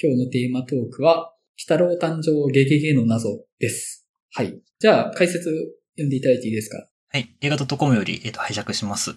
今日のテーマトークは、鬼太郎誕生ゲゲゲの謎です。はい。じゃあ、解説読んでいただいていいですかはい。映画 .com より、えっと、拝借します。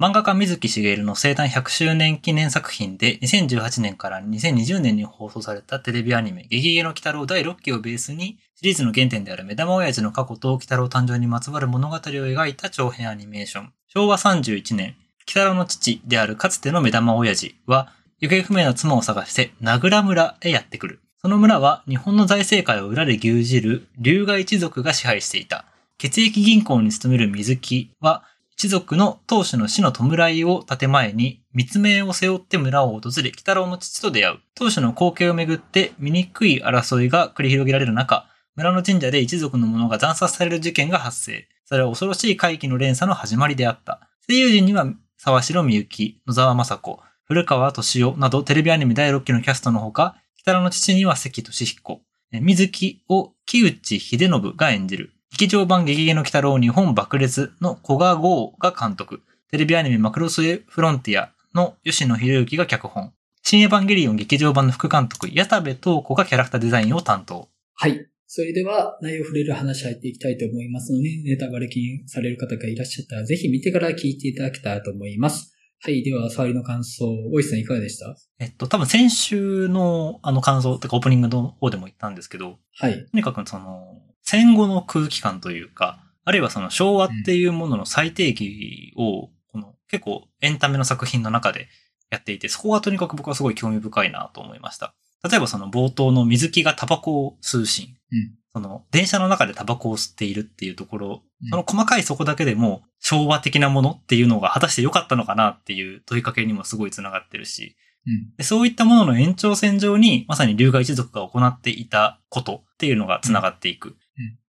漫画家水木しげるの生誕100周年記念作品で、2018年から2020年に放送されたテレビアニメ、ゲゲゲの鬼太郎第6期をベースに、シリーズの原点である目玉親父の過去と鬼太郎誕生にまつわる物語を描いた長編アニメーション。昭和31年、鬼太郎の父であるかつての目玉親父は、行方不明の妻を探して、名倉村へやってくる。その村は、日本の財政界を裏で牛耳る、龍河一族が支配していた。血液銀行に勤める水木は、一族の当主の死の弔いを建前に、密命を背負って村を訪れ、鬼太郎の父と出会う。当主の光景をめぐって、醜い争いが繰り広げられる中、村の神社で一族の者が惨殺される事件が発生。それは恐ろしい怪奇の連鎖の始まりであった。声優陣には、沢城みゆき、野沢雅子、古川敏夫などテレビアニメ第6期のキャストのほか、鬼太郎の父には関俊彦、え水木を木内秀信が演じる。劇場版ゲゲゲの鬼太郎日本爆裂の古賀豪が監督。テレビアニメマクロスフロンティアの吉野博之が脚本。新エヴァンゲリオン劇場版の副監督、矢田部東子がキャラクターデザインを担当。はい。それでは、内容触れる話入っていきたいと思いますので、ネタバレ禁止される方がいらっしゃったら、ぜひ見てから聞いていただけたらと思います。はい。では、触りの感想、大石さんいかがでしたえっと、多分先週のあの感想、てかオープニングの方でも言ったんですけど、はい。とにかくその、戦後の空気感というか、あるいはその昭和っていうものの最定義を、この結構エンタメの作品の中でやっていて、そこがとにかく僕はすごい興味深いなと思いました。例えばその冒頭の水木がタバコを吸うシーン。うんその電車の中でタバコを吸っているっていうところ、うんその細かいそこだけでも昭和的なものっていうのが果たして良かったのかなっていう問いかけにもすごい繋がってるし、うん。でそういったものの延長線上に、まさに龍河一族が行っていたことっていうのが繋がっていく。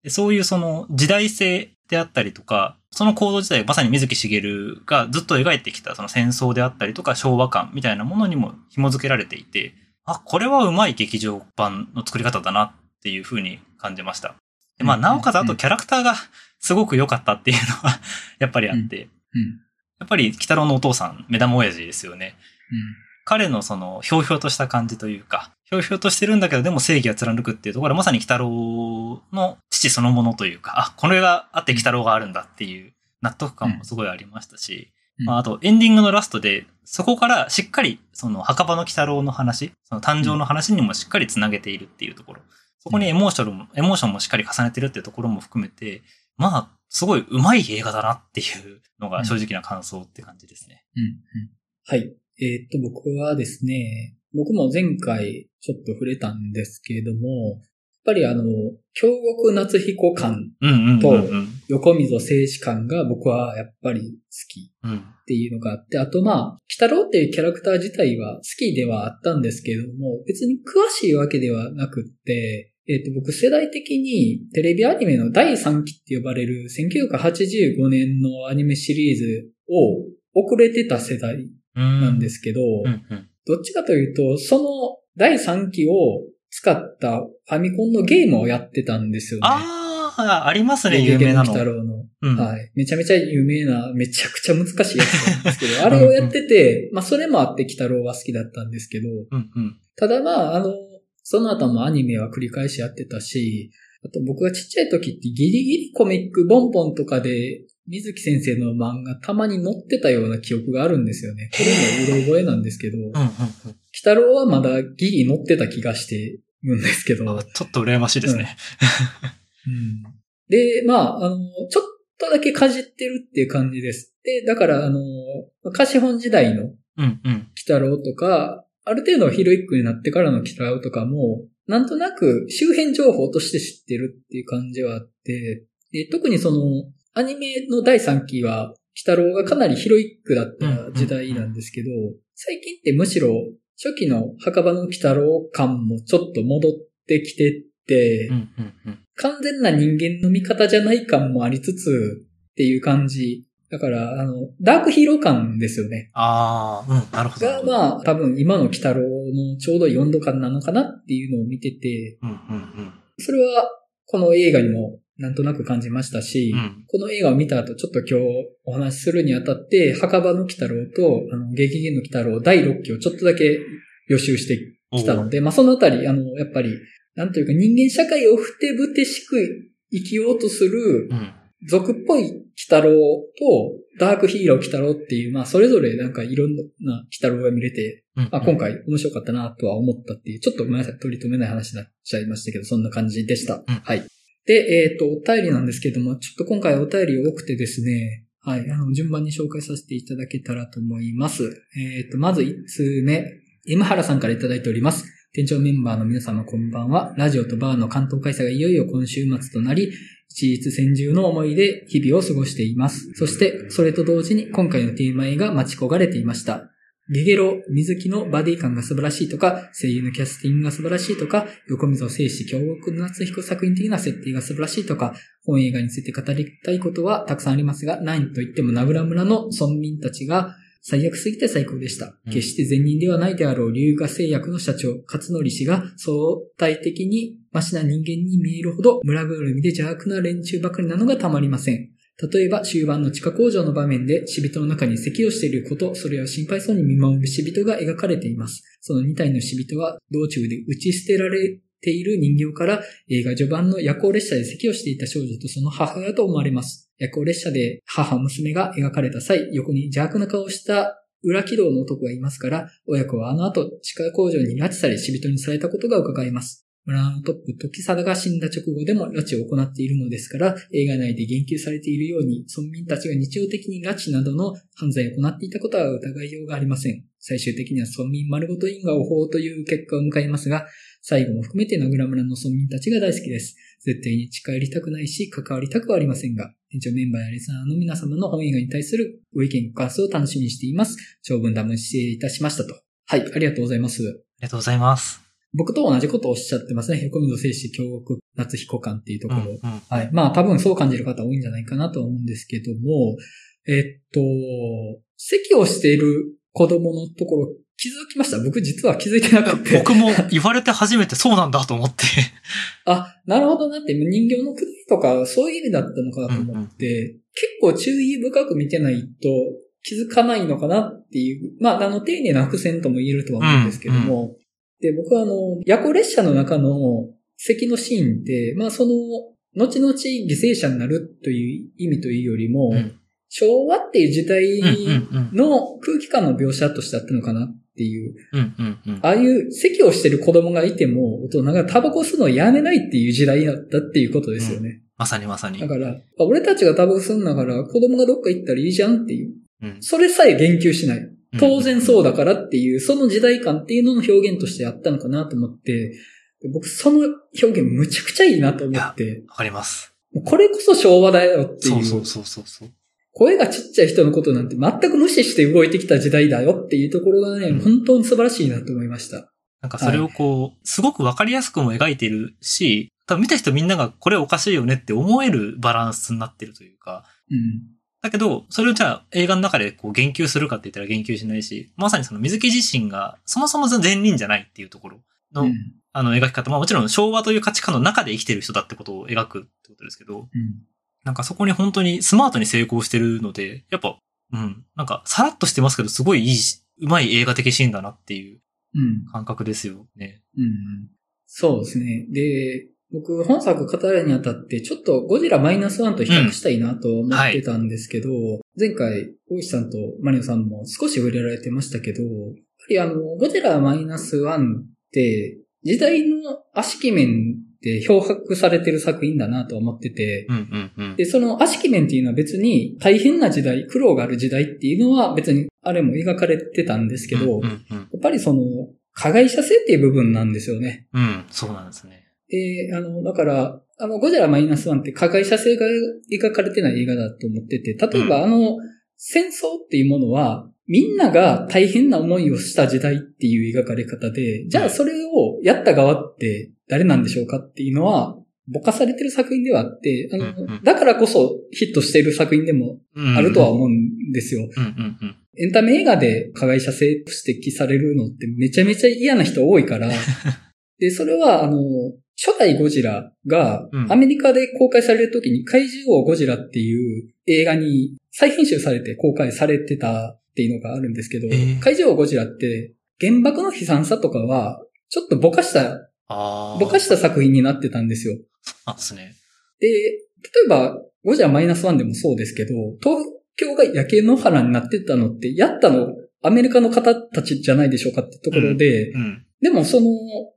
でそういうその時代性であったりとか、その行動自体がまさに水木しげるがずっと描いてきたその戦争であったりとか昭和感みたいなものにも紐づけられていて、あ、これはうまい劇場版の作り方だなっていう風に感じました。でまあ、うんなおかつあうとんキャラクターがすごく良かったっていうのはやっぱりあって、うん。やっぱり鬼太郎のお父さん、目玉親父ですよね。彼のその、ひょうひょうとした感じというか、ひょうひょうとしてるんだけど、でも正義は貫くっていうところは、まさに鬼太郎の父そのものというか、あ、これがあって鬼太郎があるんだっていう納得感もすごいありましたし、うんまあ、あとエンディングのラストで、そこからしっかり、その、墓場の鬼太郎の話、その誕生の話にもしっかりつなげているっていうところ、そこにエモーションも、エモーションもしっかり重ねてるっていうところも含めて、まあ、すごい上手い映画だなっていうのが正直な感想って感じですね。うんうんはい。えーっと、僕はですね、僕も前回ちょっと触れたんですけれども、やっぱりあの、京極夏彦感、うんうんうんうん。横溝静止感が僕はやっぱり好きうん。っていうのがあって、あとまあ、北郎っていうキャラクター自体は好きではあったんですけれども、別に詳しいわけではなくって、えっ、と、僕世代的にテレビアニメの第3期って呼ばれる1985年のアニメシリーズを遅れてた世代ななんですけど、うんうん。どっちかというと、その第3期を使ったファミコンのゲームをやってたんですよね。ああ、ありますね、ゲ有ゲ名ゲなのの。鬼太郎の。うん。はい。めちゃめちゃ有名な、めちゃくちゃ難しいやつなんですけど、あ れをやってて、まあそれもあって、鬼太郎は好きだったんですけど、うんうん。ただまあ、あの、その後もアニメは繰り返しやってたし、あと僕がちっちゃい時ってギリギリコミックボンボンとかで、水木先生の漫画たまに載ってたような記憶があるんですよね。これもうろ覚えなんですけど、うん鬼うん太郎はまだギリ載ってた気がしてるんですけど、うん。あちょっと羨ましいですね。で、まあ、あの、ちょっとだけかじってるっていう感じです。で、だから、あの、貸本時代の鬼うんうん。太郎とか、ある程度ヒロイックになってからの鬼太郎とかも、なんとなく周辺情報として知ってるっていう感じはあって、で特にその、アニメの第3期は、鬼太郎がかなりヒロイックだった時代なんですけど、最近ってむしろ、初期の墓場の鬼太郎感もちょっと戻ってきてって、うんうんうん。完全な人間の味方じゃない感もありつつっていう感じ。だから、あの、ダークヒーロー感ですよね。ああ、うん、なるほど。が、まあ、多分今の鬼太郎のちょうど4度感なのかなっていうのを見てて、うんうんそれはこの映画にもなんとなく感じましたし、うん。うん。この映画を見た後、ちょっと今日お話しするにあたって、墓場の鬼太郎と、あの、ゲゲゲの鬼太郎第6期をちょっとだけ予習してきたので、まあそのあたり、あの、やっぱり、なんというか人間社会をふてぶてしく生きようとするう、ん。俗っぽい鬼太郎と、ダークヒーロー鬼太郎っていう、まあそれぞれなんかいろんな鬼太郎が見れて、うんあ、今。回面白かったなとは思ったっていう、ちょっとごめんなさい、取り留めない話になっちゃいましたけど、そんな感じでした。うんはい。で、えっ、と、お便りなんですけども、ちょっと今回お便り多くてですね、はい、あの、順番に紹介させていただけたらと思います。えっ、と、まず1通目、M 原さんからいただいております。店長メンバーの皆様こんばんは。ラジオとバーの関東開催がいよいよ今週末となり、一日専従の思いで日々を過ごしています。そして、それと同時に今回のテーマ絵が待ち焦がれていました。ゲゲロ、水木のバディ感が素晴らしいとか、声優のキャスティングが素晴らしいとか、横溝正史京極夏彦作品的な設定が素晴らしいとか、本映画について語りたいことはたくさんありますが、何と言っても名倉村の村民たちが最悪すぎて最高でした。うん決して善人ではないであろう龍河製薬の社長、勝則氏が相対的にマシな人間に見えるほど村ぐるみで邪悪な連中ばかりなのがたまりません。例えば終盤の地下工場の場面で死人の中に咳をしていること、それを心配そうに見守る死人が描かれています。その2体の死人は道中で打ち捨てられている人形から映画序盤の夜行列車で咳をしていた少女とその母親と思われます。夜行列車で母娘が描かれた際、横に邪悪な顔をした裏軌道の男がいますから、親子はあの後地下工場に拉致され死人にされたことが伺えます。村のトップ、時貞が死んだ直後でも拉致を行っているのですから、映画内で言及されているように、村民たちが日常的に拉致などの犯罪を行っていたことは疑いようがありません。最終的には村民丸ごと因果を法という結果を迎えますが、最後も含めて名倉村の村民たちが大好きです。絶対に近寄りたくないし、関わりたくはありませんが、店長メンバーやレスナーの皆様の本映画に対するご意見、ご感想を楽しみにしています。長文ダム失礼いたしましたと。はい、ありがとうございます。りがとうございます。僕と同じことをおっしゃってますね。横溝静史、京極、夏彦館っていうとうこんろ。うん。はい。まあ多分そう感じる方多いんじゃないかなとは思うんですけども、えっと、席をしている子供のところ気づきました。僕実は気づいてなかった。僕も言われて初めてそうなんだと思って。 あ、なるほどなって、人形のくだりとかそういう意味だったのかなと思って、結構注意深く見てないと気づかないのかなっていう、まああの丁寧な伏線とも言えるとは思うんですけども、で、僕はあの、夜行列車の中の席のシーンって、まあその、後々犠牲者になるという意味というよりも、うん昭和っていう時うんうん代うん。の空気感の描写としてあったのかなっていううんうんうん。ああいう席をしてる子供がいても、大人がタバコ吸うのをやめないっていう時代だったっていうことですよね。まさにまさにだ。から、あ俺たちがタバコ吸うんだから、子供がどっか行ったらいいじゃんっていう。うんそれさえ言及しない。当然そうだ。だからっていう、その時代感っていうのの表現としてあったのかなと思って、僕その表現むちゃくちゃいいなと思って、わかります。もうこれこそ昭和だよってそいうそうう。そうそうそう。声がちっちゃい人のことなんて全く無視して動いてきた時代だよっていうところがね、うん本当に素晴らしいなと思いました。なんかそれをこう、すごくわかりやすくも描いてるし、多分見た人みんながこれおかしいよねって思えるバランスになってるというか、うん。だけど、それをじゃあ映画の中でこう言及するかって言ったら言及しないし、まさにその水木自身がそもそも善人じゃないっていうところの、うんあの描き方、まあもちろん昭和という価値観の中で生きてる人だってことを描くってことですけうど、んなんかそこに本当にスマートに成功してるので、やっぱ、うん、なんかさらっとしてますけど、すごいいいし、うまい映画的シーンだなっていううん。感覚ですよね。うん。そうですね。で、僕、本作語るにあたって、ちょっとゴジラマイナスワンと比較したいなと思ってたんですけど、前回、大石さんとマリオさんも少し触れられてましたけど、やっぱりあの、ゴジラマイナスワンって、時代の悪しき面で漂白されてる作品だなと思ってて、うんうんうん。で、その悪しき面っていうのは別に大変な時代、苦労がある時代っていうのは別にあれも描かれてたんですけど、うんうんうんやっぱりその、加害者性っていう部分なんですよね。うん、そうなんですね。で、あの、だから、あの、ゴジラマイナスワンって加害者性が描かれてない映画だと思ってて、例えば、あの、戦争っていうものは、みんなが大変な思いをした時代っていう描かれ方で、じゃあそれをやった側って誰なんでしょうかっていうのは、ぼかされてる作品ではあって、あのうんうん、だからこそヒットしている作品でもあるとは思うんですよ。うんうんうん。エンタメ映画で加害者性と指摘されるのってめちゃめちゃ嫌な人多い から、で、それは、あの、初代ゴジラがう、んアメリカで公開されるときに怪獣王ゴジラっていう映画に再編集されて公開されてたっていうのがあるんですけど、えー怪獣王ゴジラって原爆の悲惨さとかは、ちょっとぼかした、ああ。ぼかした作品になってたんですよ。なんですね。で、例えば、ゴジラマイナスワンでもそうですけど、東京が夜景の原になってたのって、やったの、アメリカの方たちじゃないでしょうかってところで、うん。でもその、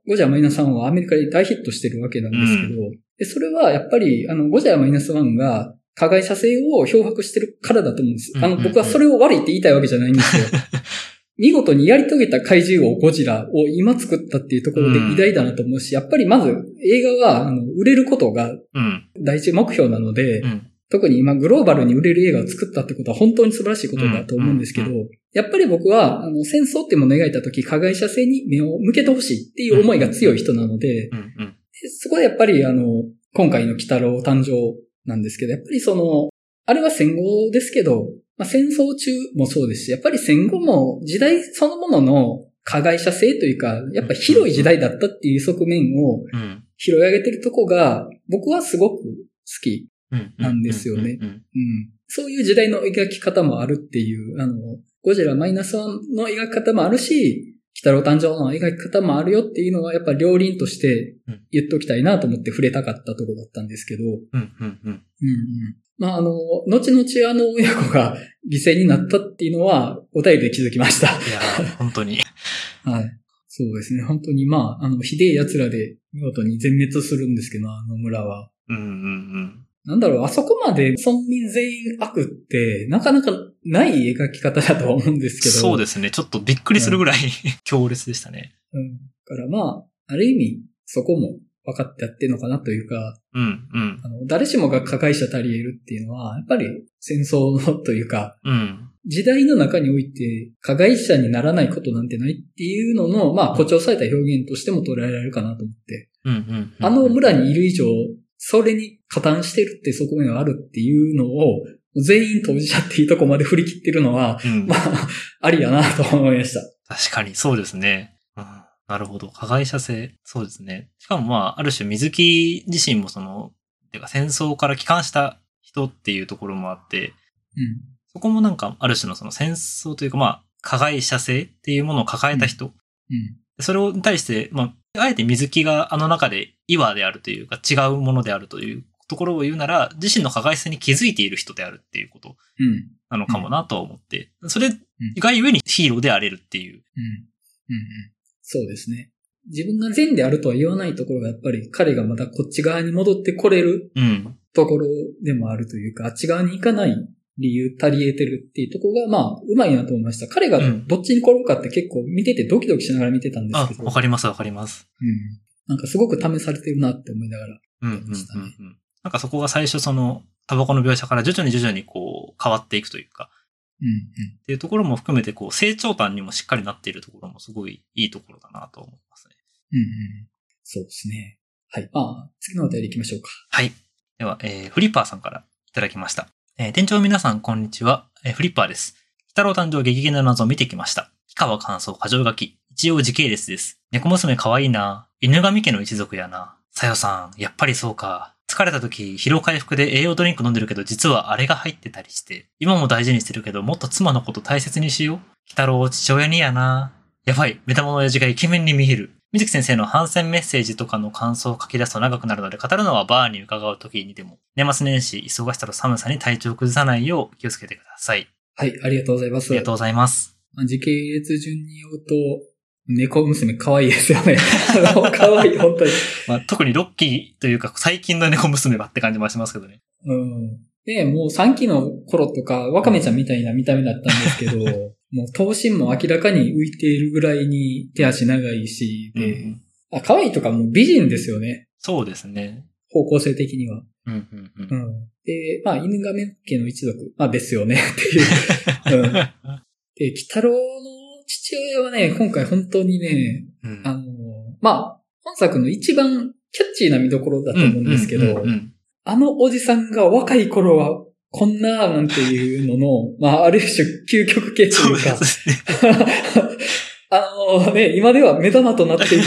ゴジラマイナスワンはアメリカで大ヒットしてるわけなんですけど、でそれはやっぱり、あの、ゴジラマイナスワンが、加害者性を漂白してるからだと思うんです。あうんの、うんうん僕はそれを悪いって言いたいわけじゃないんですよ。 見事にやり遂げた怪獣王ゴジラを今作ったっていうところで偉大だなと思うし、やっぱりまず映画は、あの、売れることがうん。第一目標なので、うん。特に今グローバルに売れる映画を作ったってことは本当に素晴らしいことだと思うんですけどうん、やっぱり僕は、あの、戦争っていうものを描いた時、加害者性に目を向けてほしいっていう思いが強い人なので、うん。うん。でそこでやっぱり、あの、今回の鬼太郎誕生なんですけど、やっぱりその、あれは戦後ですけど、まあ、戦争中もそうですし、やっぱり戦後も時代そのものの加害者性というか、やっぱ広い時代だったっていう側面をうん。拾い上げてるとこが、僕はすごく好きうん。なんですよねうん。うんそういう時代の描き方もあるっていう、あの、ゴジラマイナスワンの描き方もあるし、北郎誕生の描き方もあるよっていうのは、やっぱ両輪としてうん言っときたいなと思って触れたかったところだったんですけど、うんうん。うん。うん。うん。まあ、あの、後々あの親子が犠牲になったっていうのは、お便りで気づきました。 いやー、本当に。はい。そうですね。本当にまあ、あの、ひでえ奴らで見事に全滅するんですけど、あの村は。うん。うん。なんだろう、あそこまで村民全員悪って、なかなかない描き方だとは思うんですうけん。ど。そうですね。ちょっとびっくりするぐらい 強烈でしたね。うん。だからまあ、ある意味、そこも分かってやってるのかなというか、うん。うん。あの、誰しもが加害者たり得るっていうのは、やっぱり戦争のというか、うん。時代の中において加害者にならないことなんてないっていうのの、まあ、誇張された表現としても捉えられるかなと思って。うん。うん。あの村にいる以上、それに加担してるって側面があるっていうのを、全員当事者っていうとこまで振り切ってるのは、うんま。あ、ありやなと思いました。確かに、そうですね。うん、なるほど。加害者性。そうですね。しかもまあ、ある種水木自身もその、てか戦争から帰還した人っていうところもあって、うん。そこもなんかある種のその戦争というかまあ、加害者性っていうものを抱えた人。うん。それをに対して、まあ、あえて水木があの中で岩であるというか違うものであるというところを言うなら、自身の加害性に気づいている人であるっていうことうん。なのかもなとは思って、それがゆえにヒーローであれるっていう。うん。うんうん。そうですね。自分が善であるとは言わないところが、やっぱり彼がまたこっち側に戻ってこれるうん。ところでもあるというか、あっち側に行かない理由足り得てるっていうところが、まあ、うまいなと思いました。彼がうんどっちに転ぶかって結構見ててドキドキしながら見てたんであすけ、ど。わかりますわかります。うん。なんかすごく試されてるなって思いながら。うんうんましたねうんうんなんかそこが最初その、タバコの描写から徐々に徐々にこう変わっていくというか、うんうん。っていうところも含めてこう成長端にもしっかりなっているところもすごいいいところだなと思いますね。うんうん。そうですね。はい。まあ、次のお便り行きましょうか。はい。では、えー、フリッパーさんからいただきました。えー、店長皆さんこんにちは。えー、フリッパーです。北郎誕生激減の謎を見てきました。氷川感想、過剰書き。一応時系列です。猫娘可愛いな。犬神家の一族やな。さよさん、やっぱりそうか。疲れた時、疲労回復で栄養ドリンク飲んでるけど、実はあれが入ってたりして。今も大事にしてるけど、もっと妻のこと大切にしよう。北郎を父親にやな。やばい、目玉の親父がイケメンに見える。水木先生の反戦メッセージとかの感想を書き出すと長くなるので、語るのはバーに伺う時にでも。年末年始、忙しさと寒さに体調を崩さないよう気をつけてください。はい、ありがとうございまあす。りがとうございます。まあ時系列順に言うと、猫娘可愛いですよね。 あの可愛い、本当に。まあ、特にロッキーというか、最近の猫娘はって感じもしますけどね。うん。で、もう3期の頃とか、ワカメちゃんみたいな見た目だったんですけど、 もう頭身も明らかに浮いているぐらいに手足長いし、でうんあ可愛いとかもう美人ですよね。そうですね。方向性的には。うんうんうんうん。で、まあ、犬亀家の一族、まあ、ですよね、 っていう。うん。で、鬼太郎の父親はね、今回本当にね、うんあの、まあ、本作の一番キャッチーな見どころだと思うんですけうんどうんう、んあのおじさんが若い頃は、こんな、なんていうのの、まあ、ある種、究極系とそういうでか、すね。あのね、今では目玉となっている、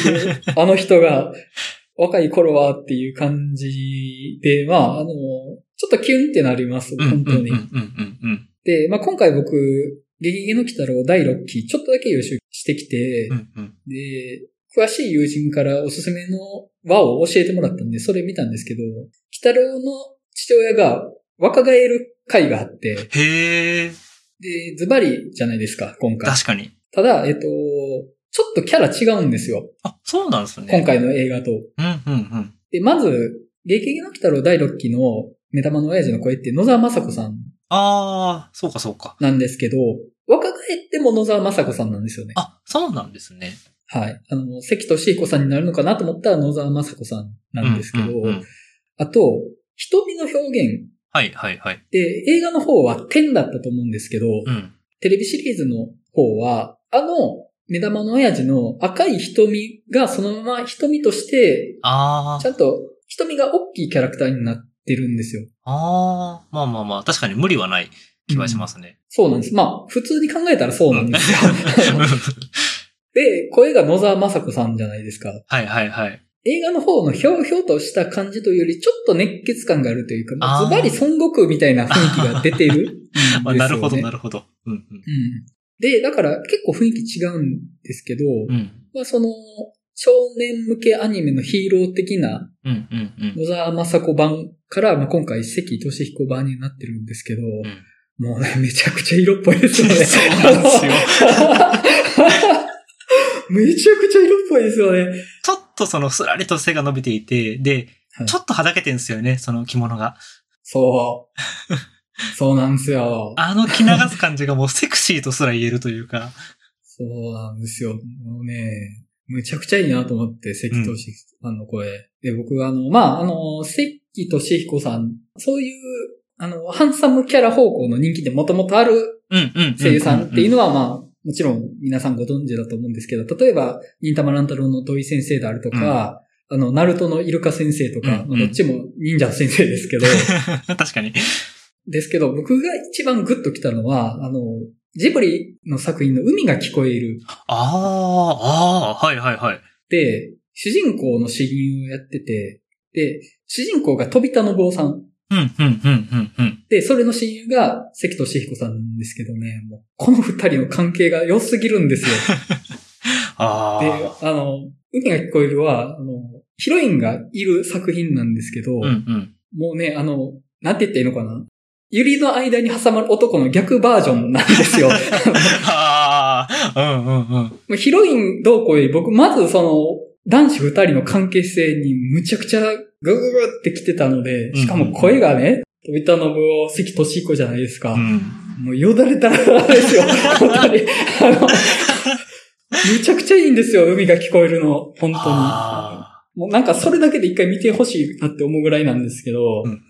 あの人が、 若い頃はっていう感じで、まあ、あの、ちょっとキュンってなります、うん本当うんうんに。うんうんうんで、まあ、今回僕、ゲゲゲの鬼太郎第6期、ちょっとだけ予習してきて、うんうん。で、詳しい友人からおすすめの和を教えてもらったんで、それ見たんですけど、北郎の父親が若返る会があって、へえ、で、ズバリじゃないですか、今回。確かに。ただ、えっと、ちょっとキャラ違うんですよ。あ、そうなんですね。今。回の映画と。うんうんうん。で、まず、激劇の鬼太郎第6期の目玉の親父の声って野沢雅子さんああ、そうかそうか。なんですけど、若返っても野沢雅子さんなんですよね。あ、そうなんですね。はい。あの、関俊彦さんになるのかなと思ったら野沢雅子さんなんですけど、うんうんうんあと、瞳の表現はいはいはい。で、映画の方は10だったと思うんですけど、うん。テレビシリーズの方は、あの、目玉の親父の赤い瞳がそのまま瞳として、あちあ、ゃんと瞳が大きいキャラクターになってるんですよ。ああ、まあまあまあ、確かに無理はない気はしますね。そうなんです。まあ、普通に考えたらそうなんですよ。 はで、声が野沢雅子さんじゃないですか。いはいはい。映画の方のひょうひょうとした感じというより、ちょっと熱血感があるというか、まああーズバリ孫悟空みたいな雰囲気が出てるんですよ、ね 。あなるほどなるるほど。うんうん。うん。で、だから結構雰囲気違うんですけど、うん。まあその、少年向けアニメのヒーロー的なうんうんうん。野沢雅子版から、まあ、今回関俊彦版になってるんですけど、んもうね、めちゃくちゃ色っぽいですよね。そうなんですよめちゃくちゃ色っぽいですよね。ちょっとそのすらりと背が伸びていて、ではい、ちょっとはだけてんですよね、その着物が。 そう。そうなんですよ。あの着流す感じがもうセクシーとすら言えるというか。そうなんですよ。もうね、むちゃくちゃいいなと思って、関俊彦さんの声。で、僕はあの、まあ、あの、関俊彦さん、そういう、あの、ハンサムキャラ方向の人気ってもともとあるうんうんうん。声優さんっていうののは、まあ、もちろん皆さんご存知だと思うんですけど、例えば、忍たま乱太郎の土井先生であるとか、あの、ナルトのイルカ先生とか、うんうんどっちも忍者の先生ですけ ど、確かに。ですけど、僕が一番グッときたのは、あの、ジブリの作品の海が聞こえるああ、ああ、はいはいはい。で、主人公の詩吟をやってて、で、主人公が飛び田の坊さん。うんうんうんうんうん。で、それの親友が関俊彦さんなんですけどね、もう、この二人の関係が良すぎるんですよ。あであ。、あの、海が聞こえるは、あの、ヒロインがいる作品なんですけど、うんうん。もうね、あの、なんて言っていいのかな。ゆりの間に挟まる男の逆バージョンなんです よ。ああ、 うんうんうん。もうヒロインどうこうより僕、まずその、男子二人の関係性にむちゃくちゃグググってきてたので、しかも声がね、飛田信夫、関俊彦じゃないですか。うん。もうよだれたらです よ、本当に。あの、むちゃくちゃいいんですよ、海が聞こえるの、本当あに。もうなんかそれだけで一回見てほしいなって思うぐらいなんですけどあ。う、んうんう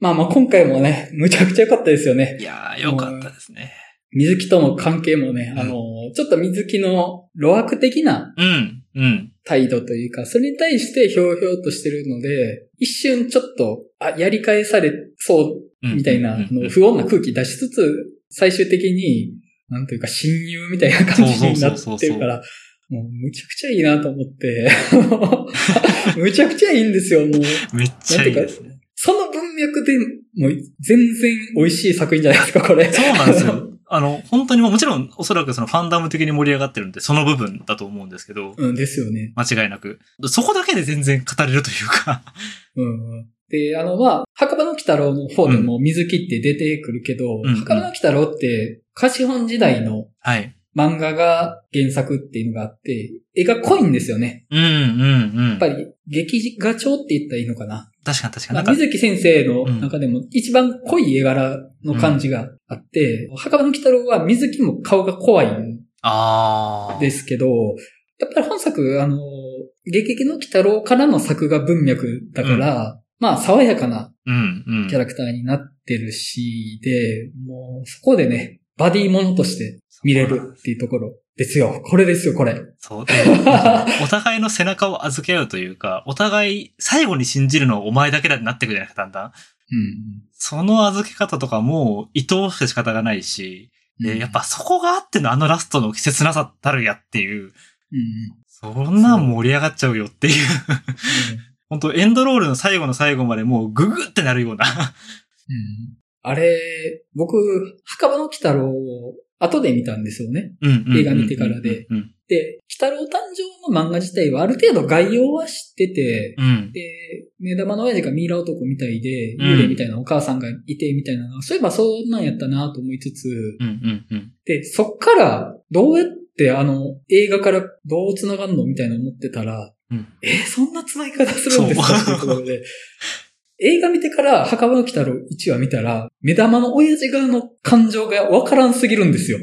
まあまあ今回もね、むちゃくちゃ良かったですよねん。。いやー、よかったですね。水木との関係もね、うんあの、ちょっと水木の露悪的なうん、うん。態度というか、それに対してひょうひょうとしてるので、一瞬ちょっと、あ、やり返されそう、うんみたいな、あうんうんうのん不穏な空気出しつつ、最終的に、なんというか親友みたいな感じになそうそうそうっそてうるそうから、もうむちゃくちゃいいなと思って、 むちゃくちゃいいんですよ、もう。めっちゃいいですね。その文脈でもう全然美味しい作品じゃないですか、これ。そうなんですよ。 あの、本当にもうもちろん、おそらくそのファンダム的に盛り上がってるんで、その部分だと思うんですけど、 うん、ですよね。間違いなく。そこだけで全然語れるというか。 うんで、あの、まあ、墓場の鬼太郎の方でも水木って出てくるけど、んうん墓場の鬼太郎って、貸本時代のはい。漫画が原作っていうのがあって、絵が濃いんですよね。うん、うん、うん。やっぱり、劇画調って言ったらいいのかな。確かに確かに。まなあ、んか、水木先生のうん中でも一番濃い絵柄の感じがあって、墓場の鬼太郎は水木も顔が怖いんああ。ですけど、やっぱり本作、あの、劇劇の鬼太郎からの作画文脈だから、まあ、爽やかなうん、うん。キャラクターになってるし、で、もうそこでね、バディものとして見れるっていうところですよ。これですよ、これ。そう。でなんか お互いの背中を預け合うというか、お互い最後に信じるのはお前だけだってなってくるじゃないですか、だんだん。その預け方とかもう愛おしくて仕方がないし、うん。で、やっぱそこがあってのあのラストの切なさたるやっていう、うん、うん。そんなん盛り上がっちゃうよっていう。 本当エンドロールの最後の最後までもうググってなるような。うん。あれ、僕、墓場の鬼太郎を後で見たんですよね。 うんうんうんうん映画見てからで。うんで、北郎誕生の漫画自体はある程度概要は知ってて、うん。で、目玉の親父がミイラ男みたいで、うん幽霊みたいなお母さんがいてみたいなのは、そういえばそんなんやったなと思いつつ、うんうんうん。で、そっから、どうやってあの、映画からどう繋がんのみたいな思ってたら、うんえー、そんな繋ぎ方するんですかっていうところで、映画見てから、墓場の鬼太郎1話見たら、目玉の親父側の感情がわからんすぎるんです よ。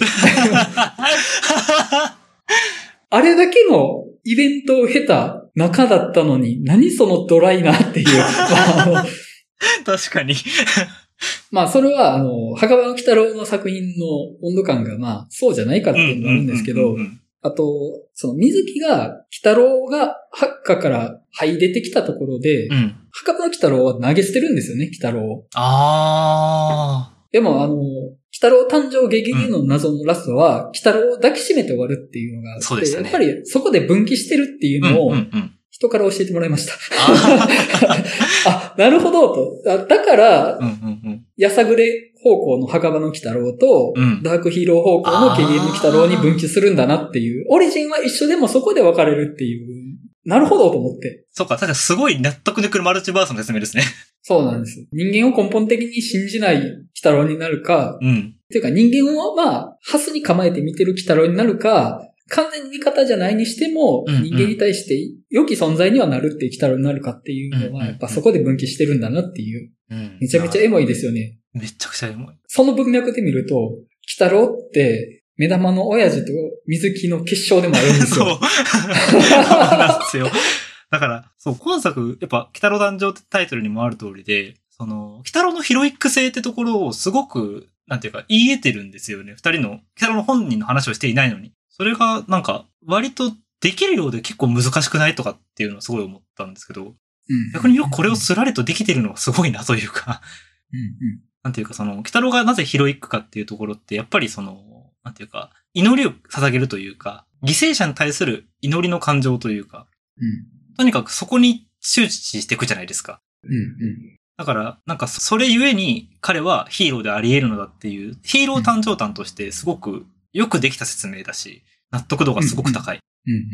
あれだけのイベントを経た中だったのに、何そのドライなっていう。まああの確かに。まあ、それは、あの、墓場の鬼太郎の作品の温度感が、まあ、そうじゃないかっていうのがあるんですけうどんう、んあと、その水木が、鬼太郎が墓から這い出てきたところで、うんうん。うん墓場の鬼太郎は投げ捨てるんですよね、鬼太郎を。あでも、あの、鬼太郎誕生激励の謎のラストは、鬼太郎を抱きしめて終わるっていうのがあって、そうでしたねやっぱりそこで分岐してるっていー。うのをうん、うん人から教えてもらいました。あ あ、なるほど、と。あだからう、んうんやさぐれ方向の墓場の鬼太郎と、うんダークヒーロー方向のゲゲの鬼太郎に分岐するんだなっていう、オリジンは一緒でもそこで分かれるっていう、なるほどと思って。そうか、確かにすごい納得のくるマルチバースの説明ですね。そうなんです。人間を根本的に信じない鬼太郎になるか、 うん。っていうか人間をまあ、ハスに構えて見てる鬼太郎になるか、完全に味方じゃないにしても、うんうん人間に対して良き存在にはなるっていう鬼太郎になるかっていうのうんうんうは、んやっぱそこで分岐してるんだなっていう。うんめちゃめちゃエモいですよね。めちゃくちゃエモい。その文脈で見ると、鬼太郎って、目玉の親父と水木の結晶でもあるんです そよ。う。そうなんですよ。だから、そう、今作、やっぱ、北郎誕生ってタイトルにもある通りで、その、北郎のヒロイック性ってところをすごく、なんていうか、言い得てるんですよね。二人の、北郎の本人の話をしていないのに。それが、なんか、割とできるようで結構難しくないとかっていうのをすごい思ったんですけど、うん逆によくこれをすらりとできてるのがすごいなというか。うんうんなんていうか、その、鬼太郎がなぜヒロイックかっていうところって、やっぱりその、なんていうか、祈りを捧げるというか、犠牲者に対する祈りの感情というか、とにかくそこに周知していくじゃないですか。うんうんだから、なんか、それゆえに彼はヒーローであり得るのだっていう、ヒーロー誕生誕としてすごくよくできた説明だし、納得度がすごく高い。うんうん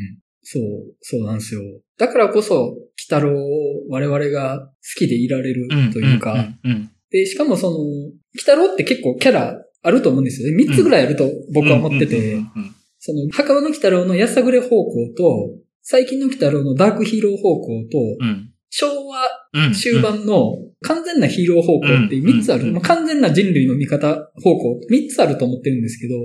そう、そうなんですよ。だからこそ、鬼太郎を我々が好きでいられるというか、んうんうんで、しかもその、鬼太郎って結構キャラあると思うんですよね。3つぐらいあると僕は思ってて、うんうんうんその、墓場の鬼太郎のやさぐれ方向と、最近の鬼太郎のダークヒーロー方向と、うん昭和うんうん終盤の完全なヒーロー方向っていう3つあうんる。まあ完全な人類の味方方向3つあると思ってるんですけど、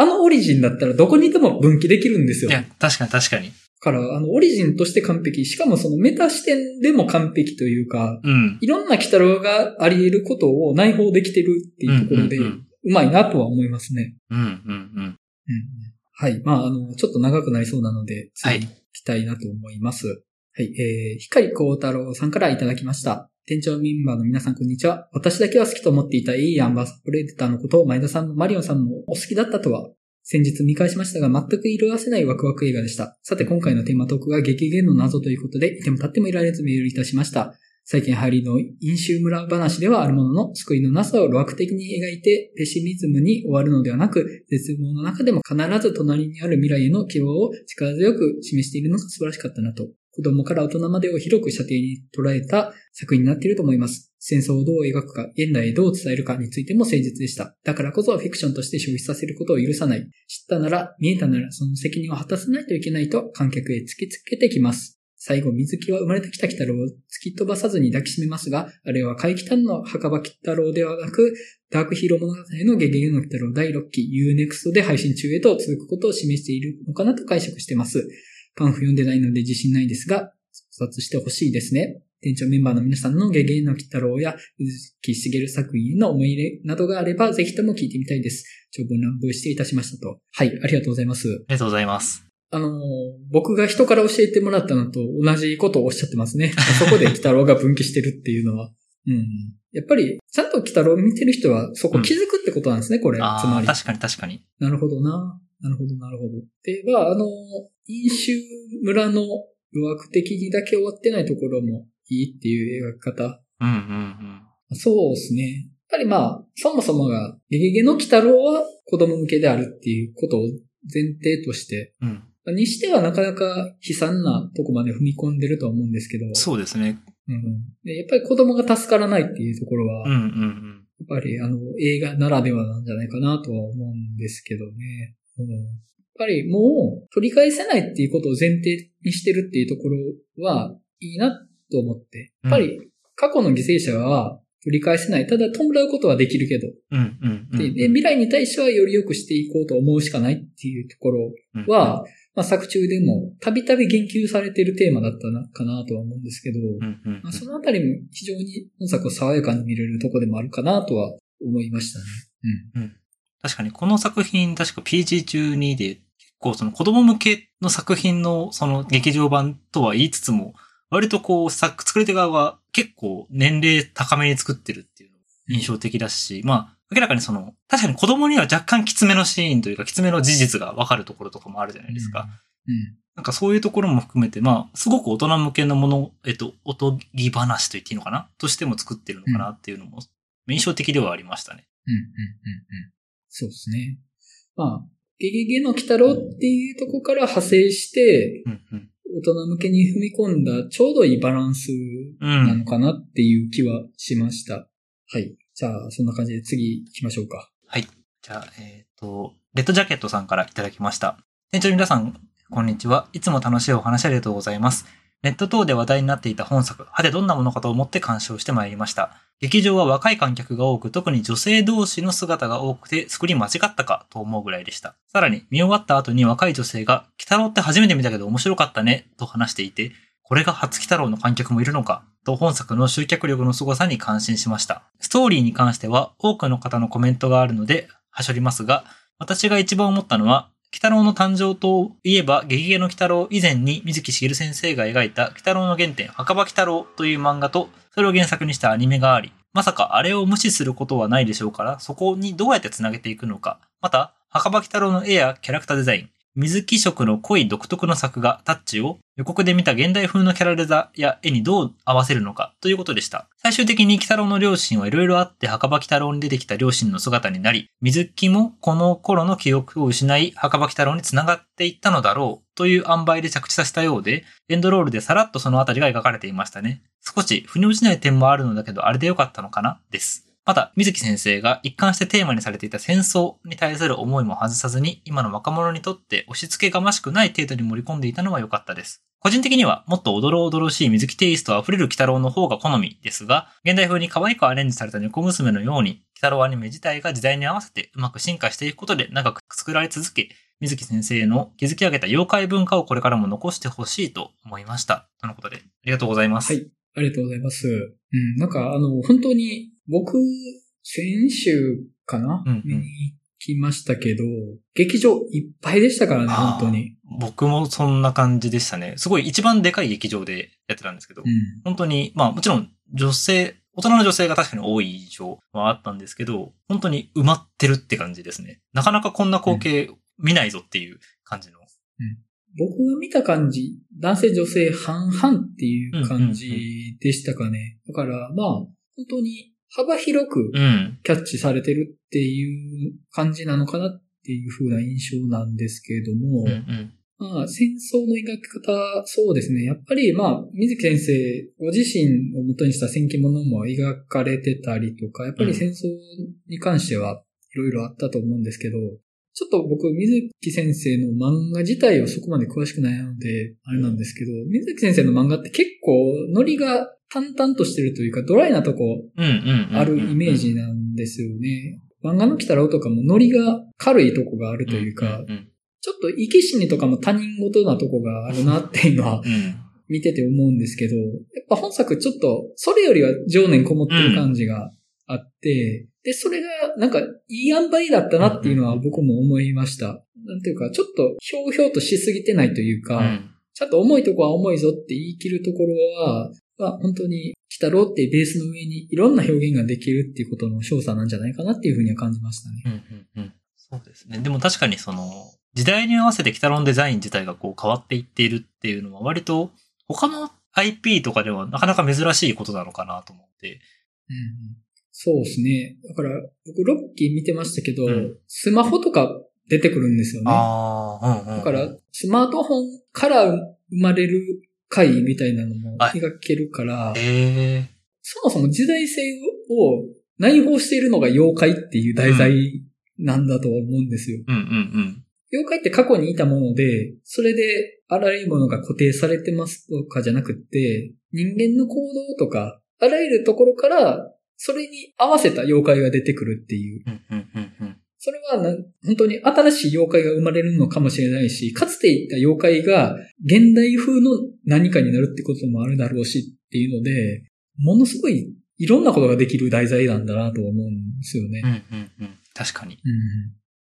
あのオリジンだったらどこにでも分岐できるんですよ。いやだ、確かに確かに。から、あの、オリジンとして完璧。しかもそのメタ視点でも完璧というか、うん。いろんな鬼太郎があり得ることを内包できてるっていうところで、うんううんまいなとは思いますね。うん。うんうんうん。うんうんはい。まあ、あの、ちょっと長くなりそうなので、はい次に行きたいなと思います。はい。えー、光光太郎さんからいただきました。店長メンバーの皆さん、こんにちは。私だけは好きと思っていたいいアンバーサプレデターのことを前田さんもマリオンさんもお好きだったとは、先日見返しましたが、全く色褪せないワクワク映画でした。さて、今回のテーマトークが激減の謎ということで、いても立ってもいられずメールいたしました。最近流行りの飲酒村話ではあるものの、救いのなさを露悪的に描いて、ペシミズムに終わるのではなく、絶望の中でも必ず隣にある未来への希望を力強く示しているのが素晴らしかったなと。子供から大人までを広く射程に捉えた作品になっていると思います。戦争をどう描くか、現代へどう伝えるかについても誠実でした。だからこそフィクションとして消費させることを許さない。知ったなら、見えたなら、その責任を果たさないといけないと観客へ突きつけてきます。最後、水木は生まれてきた鬼太郎を突き飛ばさずに抱きしめますが、あれは怪奇譚の墓場鬼太郎ではなく、ダークヒーロー物語のゲゲゲの鬼太郎第6期 UNEXT で配信中へと続くことを示しているのかなと解釈しています。パンフ読んでないので自信ないですが、創殺してほしいですね。店長メンバーの皆さんのゲゲゲの鬼太郎や水木しげる作品への思い入れなどがあれば、ぜひとも聞いてみたいです。長文乱文していたしましたと。はい、ありがとうございます。ありがとうございます。あのー、僕が人から教えてもらったのと同じことをおっしゃってます ね。そこで鬼太郎が分岐してるっていうのは。うん。やっぱり、ちゃんと鬼太郎を見てる人はそこ気づくってことなんですね、これ。つあまあ、り。確かに確かに。なるほどな。なるほど、なるほど。で、まあ、あのー、飲酒村の弱悪的にだけ終わってないところもいいっていう描き方うんうんうん。そうですね。やっぱりまあ、そもそもが、ゲゲゲの鬼太郎は子供向けであるっていうことを前提として、うん。にしてはなかなか悲惨なとこまで踏み込んでるとは思うんですけど、そうですね。うんでやっぱり子供が助からないっていうところは、うんうんうん。やっぱりあの映画ならではなんじゃないかなとは思うんですけどね。うん、やっぱりもう取り返せないっていうことを前提にしてるっていうところはいいなと思って。やっぱり過去の犠牲者は取り返せない。ただ弔うことはできるけど。うんうんうん。でで未来に対してはより良くしていこうと思うしかないっていうところは、まあ、作中でもたびたび言及されているテーマだったなかなとは思うんですけど、うんうんうんまあ、そのあたりも非常に本作を爽やかに見れるとこでもあるかなとは思いましたね。確かにこの作品、確か PG12 で、結構その子供向けの作品のその劇場版とは言いつつも、割とこう作、作り手側は結構年齢高めに作ってるっていうのが印象的だし、まあ、明らかにその、確かに子供には若干きつめのシーンというか、きつめの事実がわかるところとかもあるじゃないですか。うん。なんかそういうところも含めて、まあ、すごく大人向けのもの、えっと、おとぎ話と言っていいのかなとしても作ってるのかなっていうのも、印象的ではありましたね。うん。うん。うん。うん。そうですね。まあ、ゲゲゲの鬼太郎っていうとこから派生して、うんうん。大人向けに踏み込んだちょうどいいバランスうん。なのかなっていう気はしました。はい。じゃあ、そんな感じで次行きましょうか。じゃあ、えっ、と、レッドジャケットさんからいただきました。店長の皆さん、こんにちは。いつも楽しいお話ありがとうございます。ネット等で話題になっていた本作、はてどんなものかと思って鑑賞してまいりました。劇場は若い観客が多く、特に女性同士の姿が多くて、スクリーン間違ったかと思うぐらいでした。さらに、見終わった後に若い女性が、鬼太郎って初めて見たけど面白かったね、と話していて、これが初鬼太郎の観客もいるのか、と本作の集客力の凄さに感心しました。ストーリーに関しては多くの方のコメントがあるので、はしょりますが、私が一番思ったのは、鬼太郎の誕生といえば、ゲゲゲの鬼太郎以前に水木しげる先生が描いた鬼太郎の原点、墓場鬼太郎という漫画と、それを原作にしたアニメがあり、まさかあれを無視することはないでしょうから、そこにどうやって繋げていくのか、また、墓場鬼太郎の絵やキャラクターデザイン、水木色の濃い独特の作画、タッチを予告で見た現代風のキャラデザや絵にどう合わせるのかということでした。最終的に鬼太郎の両親はいろいろあって墓場鬼太郎に出てきた両親の姿になり、水木もこの頃の記憶を失い墓場鬼太郎に繋がっていったのだろうという塩梅で着地させたようで、エンドロールでさらっとそのあたりが描かれていましたね。少し腑に落ちない点もあるのだけど、あれでよかったのかなです。また、水木先生が一貫してテーマにされていた戦争に対する思いも外さずに、今の若者にとって押し付けがましくない程度に盛り込んでいたのは良かったです。個人的にはもっとおどろおどろしい水木テイストあふれる鬼太郎の方が好みですが、現代風に可愛くアレンジされた猫娘のように、鬼太郎アニメ自体が時代に合わせてうまく進化していくことで長く作られ続け、水木先生の築き上げた妖怪文化をこれからも残してほしいと思いました。とのことで、ありがとうございます。はいありがとうございます。うん、なんかあの、本当に僕、先週かな、うんうん見に行きましたけど、劇場いっぱいでしたからね、あー本当に。僕もそんな感じでしたね。すごい一番でかい劇場でやってたんですけど、うん。本当に、まあもちろん女性、大人の女性が確かに多い印象はあったんですけど、本当に埋まってるって感じですね。なかなかこんな光景見ないぞっていう感じの。僕が見た感じ、男性女性半々っていう感うんうんじでしたかね。だからまあ、本当に幅広くうん。キャッチされてるっていう感じなのかなっていう風な印象なんですけれども、うんうん。まあ、戦争の描き方、そうですね。やっぱり、まあ、水木先生、ご自身を元にした戦記ものも描かれてたりとか、やっぱり戦争に関してはいろいろあったと思うんですけど、ちょっと僕、水木先生の漫画自体をそこまで詳しくないので、あれなんですけど、水木先生の漫画って結構、ノリが淡々としてるというか、ドライなとこうんうんうん。あるイメージなんですよね。漫画の鬼太郎とかもノリが軽いとこがあるというかん、んちょっと生き死にとかも他人事なとこがあるなっていうのはうんうん。見てて思うんですけど、やっぱ本作ちょっとそれよりは情念こもってる感じがあって、で、それがなんかいい塩梅だったなっていうのは僕も思いました。なんていうか、ちょっとひょうひょうとしすぎてないというか、うんちゃんと重いとこは重いぞって言い切るところは、まあ、本当に、鬼太郎っていうベースの上にいろんな表現ができるっていうことの勝者なんじゃないかなっていうふうには感じましたね。うんうんうん。そうですね。でも確かにその、時代に合わせて北ロンデザイン自体がこう変わっていっているっていうのは割と他の IP とかではなかなか珍しいことなのかなと思って。うんうんそうですね。だから、僕、ロッキー見てましたけど、うんスマホとか出てくるんですよね。ああ、うんうん。だから、スマートフォンから生まれる回みたいなのもはい描けるから、ええそもそも時代性を内包しているのが妖怪っていう題材なんだと思うんですよ。うんうん妖怪って過去にいたもので、それであらゆるものが固定されてますとかじゃなくって、人間の行動とか、あらゆるところから、それに合わせた妖怪が出てくるっていう。うん。うんうんうんうん。それはな本当に新しい妖怪が生まれるのかもしれないし、かつていた妖怪が現代風の何かになるってこともあるだろうしっていうので、ものすごいいろんなことができる題材なんだなと思うんですよね。うんうんうん。確かうに。ん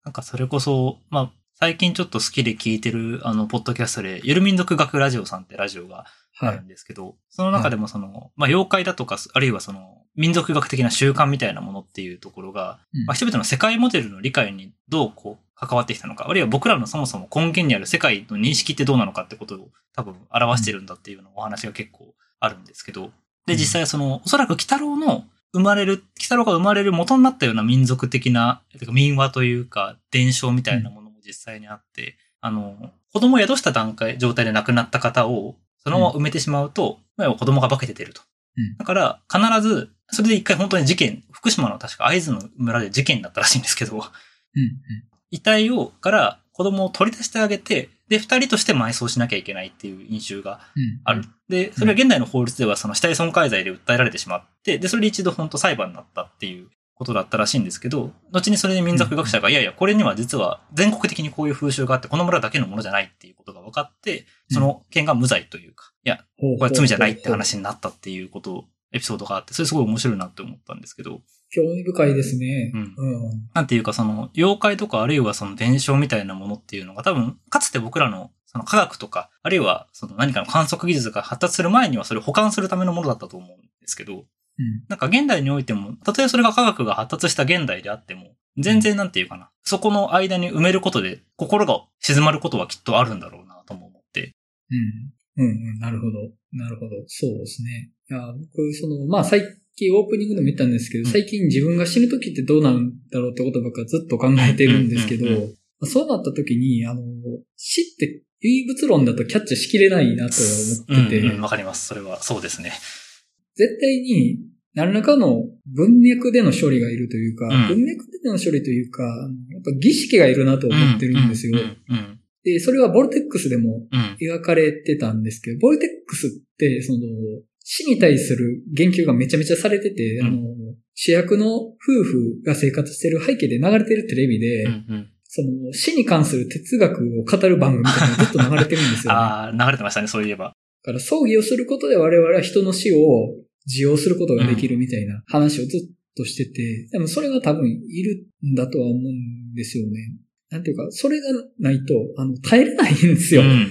なんかそれこそ、まあ、最近ちょっと好きで聞いてる、あの、ポッドキャストで、ゆる民族学ラジオさんってラジオがあはるい。んですけど、その中でもその、まあ、妖怪だとか、あるいはその、民族学的な習慣みたいなものっていうところが、うんまあ、人々の世界モデルの理解にどうこう関わってきたのか、あるいは僕らのそもそも根源にある世界の認識ってどうなのかってことを多分表してるんだっていうのお話が結構あるんですけど、で、うん実際その、おそらく鬼太郎の生まれる、鬼太郎が生まれる元になったような民族的な、てか民話というか、伝承みたいなものも実際にあって、あの、子供を宿した段階、状態で亡くなった方を、そのまま埋めてしまうと、まあ子供が化けて出ると。うんだから、必ず、それで一回本当に事件、福島の確か会津の村で事件だったらしいんですけど、 うん遺体を、から子供を取り出してあげて、で、二人として埋葬しなきゃいけないっていう飲酒がうんうんある。で、それは現代の法律ではその死体損壊罪で訴えられてしまって、で、それで一度本当裁判になったっていうことだったらしいんですけど、後にそれで民族学者が、いやいや、これには実は全国的にこういう風習があって、この村だけのものじゃないっていうことが分かって、その件が無罪というか、いや、ほうこれは罪じゃないって。話になったっていうこと、エピソードがあって、それすごい面白いなって思ったんですけど、興味深いですね。うんうん。なんていうかその妖怪とかあるいはその伝承みたいなものっていうのが多分かつて僕らのその科学とかあるいはその何かの観測技術が発達する前にはそれを保管するためのものだったと思うんですけど、うんなんか現代においても、たとえそれが科学が発達した現代であっても、全然なんていうかな、そこの間に埋めることで心が静まることはきっとあるんだろうなとも思って。うん。うんうん、なるほど。なるほど。そうですね。いや、僕、その、まあ、最近オープニングでも言ったんですけど、うん最近自分が死ぬ時ってどうなんだろうってことばっかずっと考えてるんですけど、うんうんうまあそうなった時に、あの、死って唯物論だとキャッチしきれないなとう思っん、てて、うん、わかります。それはそうですね。絶対に何らかの文脈での処理がいるというか、うん文脈での処理というか、あのやっぱ儀式がいるなと思ってるんですよ。うん、うん、で、それはボルテックスでもうん、描かれてたんですけど、ボルテックスって、その、死に対する言及がめちゃめちゃされてて、うんあの、主役の夫婦が生活してる背景で流れてるテレビで、うん、うん。その、死に関する哲学を語る番組みたいなのがずっと流れてるんですよ、ね。だ ああ、流れてましたね、そういえば。から、葬儀をすることで我々は人の死を受容することができるみたいな話をずっとしてて、でもそれが多分いるんだとは思うんですよね。なんていうか、それがないと、あの、耐えれないんですよ。うん、うん、うん。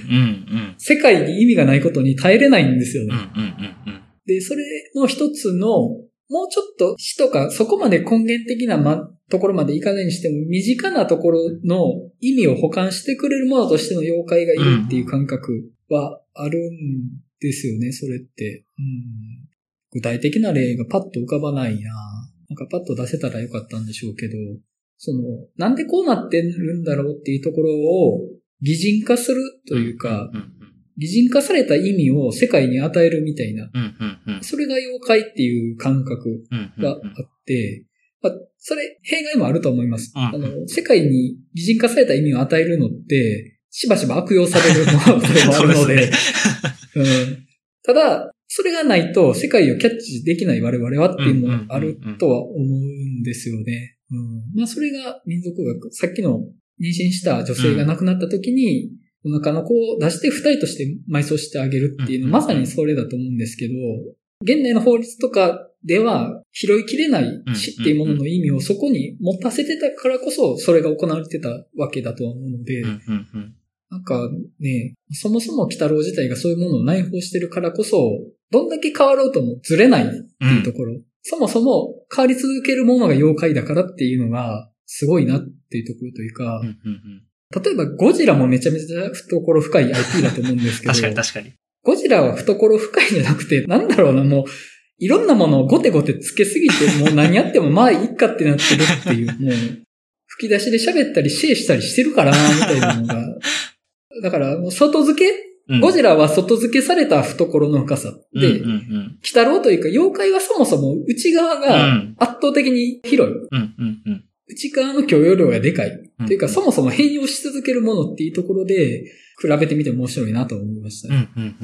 世界に意味がないことに耐えれないんですようんね。うんうんうん。で、それの一つの、もうちょっと死とか、そこまで根源的な、ま、ところまでいかないにしても、身近なところの意味を補完してくれるものとしての妖怪がいるっていう感覚はあるんですよね、それって。うん、具体的な例がパッと浮かばないななんかパッと出せたらよかったんでしょうけど、その、なんでこうなってるんだろうっていうところを擬人化するというか、うん擬人化された意味を世界に与えるみたいな、うんうんうんそれが妖怪っていう感覚うんうんがあって、まあ、それ、弊害もあると思います。うんあの、世界に擬人化された意味を与えるのって、しばしば悪用されるものでもあるの そうで、でうん、ただ、それがないと世界をキャッチできない我々はっていうのもあるとは思うんですよね。うん、まあ、それが民族学、さっきの妊娠した女性が亡くなった時に、お腹の子を出して二人として埋葬してあげるっていうの、うんまさにそれだと思うんですけど、現代の法律とかでは拾いきれない死っていうものの意味をそこに持たせてたからこそ、それが行われてたわけだとは思うので、うんうんうんなんかね、そもそも鬼太郎自体がそういうものを内包してるからこそ、どんだけ変わろうともずれないってうんいうところ。そもそも変わり続けるものが妖怪だからっていうのが、すごいなっていうところというかうんう、んうん例えばゴジラもめちゃめちゃ懐深い IP だと思うんですけど、確かに確かに。ゴジラは懐深いじゃなくて、なんだろうな、もう、いろんなものをゴテゴテつけすぎて、もう何やってもまあいっかってなってるっていう、もう、不吹き出しで喋ったり、シェイしたりしてるからな、みたいなのが。だから、もう外付け、うんゴジラは外付けされた懐の深さ。うんで、うんうん。鬼太郎というか、妖怪はそもそも内側うがん圧倒的に広い。うんうんうん。内側の許容量がでかい。うんというか、そもそも変容し続けるものっていうところで、比べてみても面白いなと思いました。うんうんうん。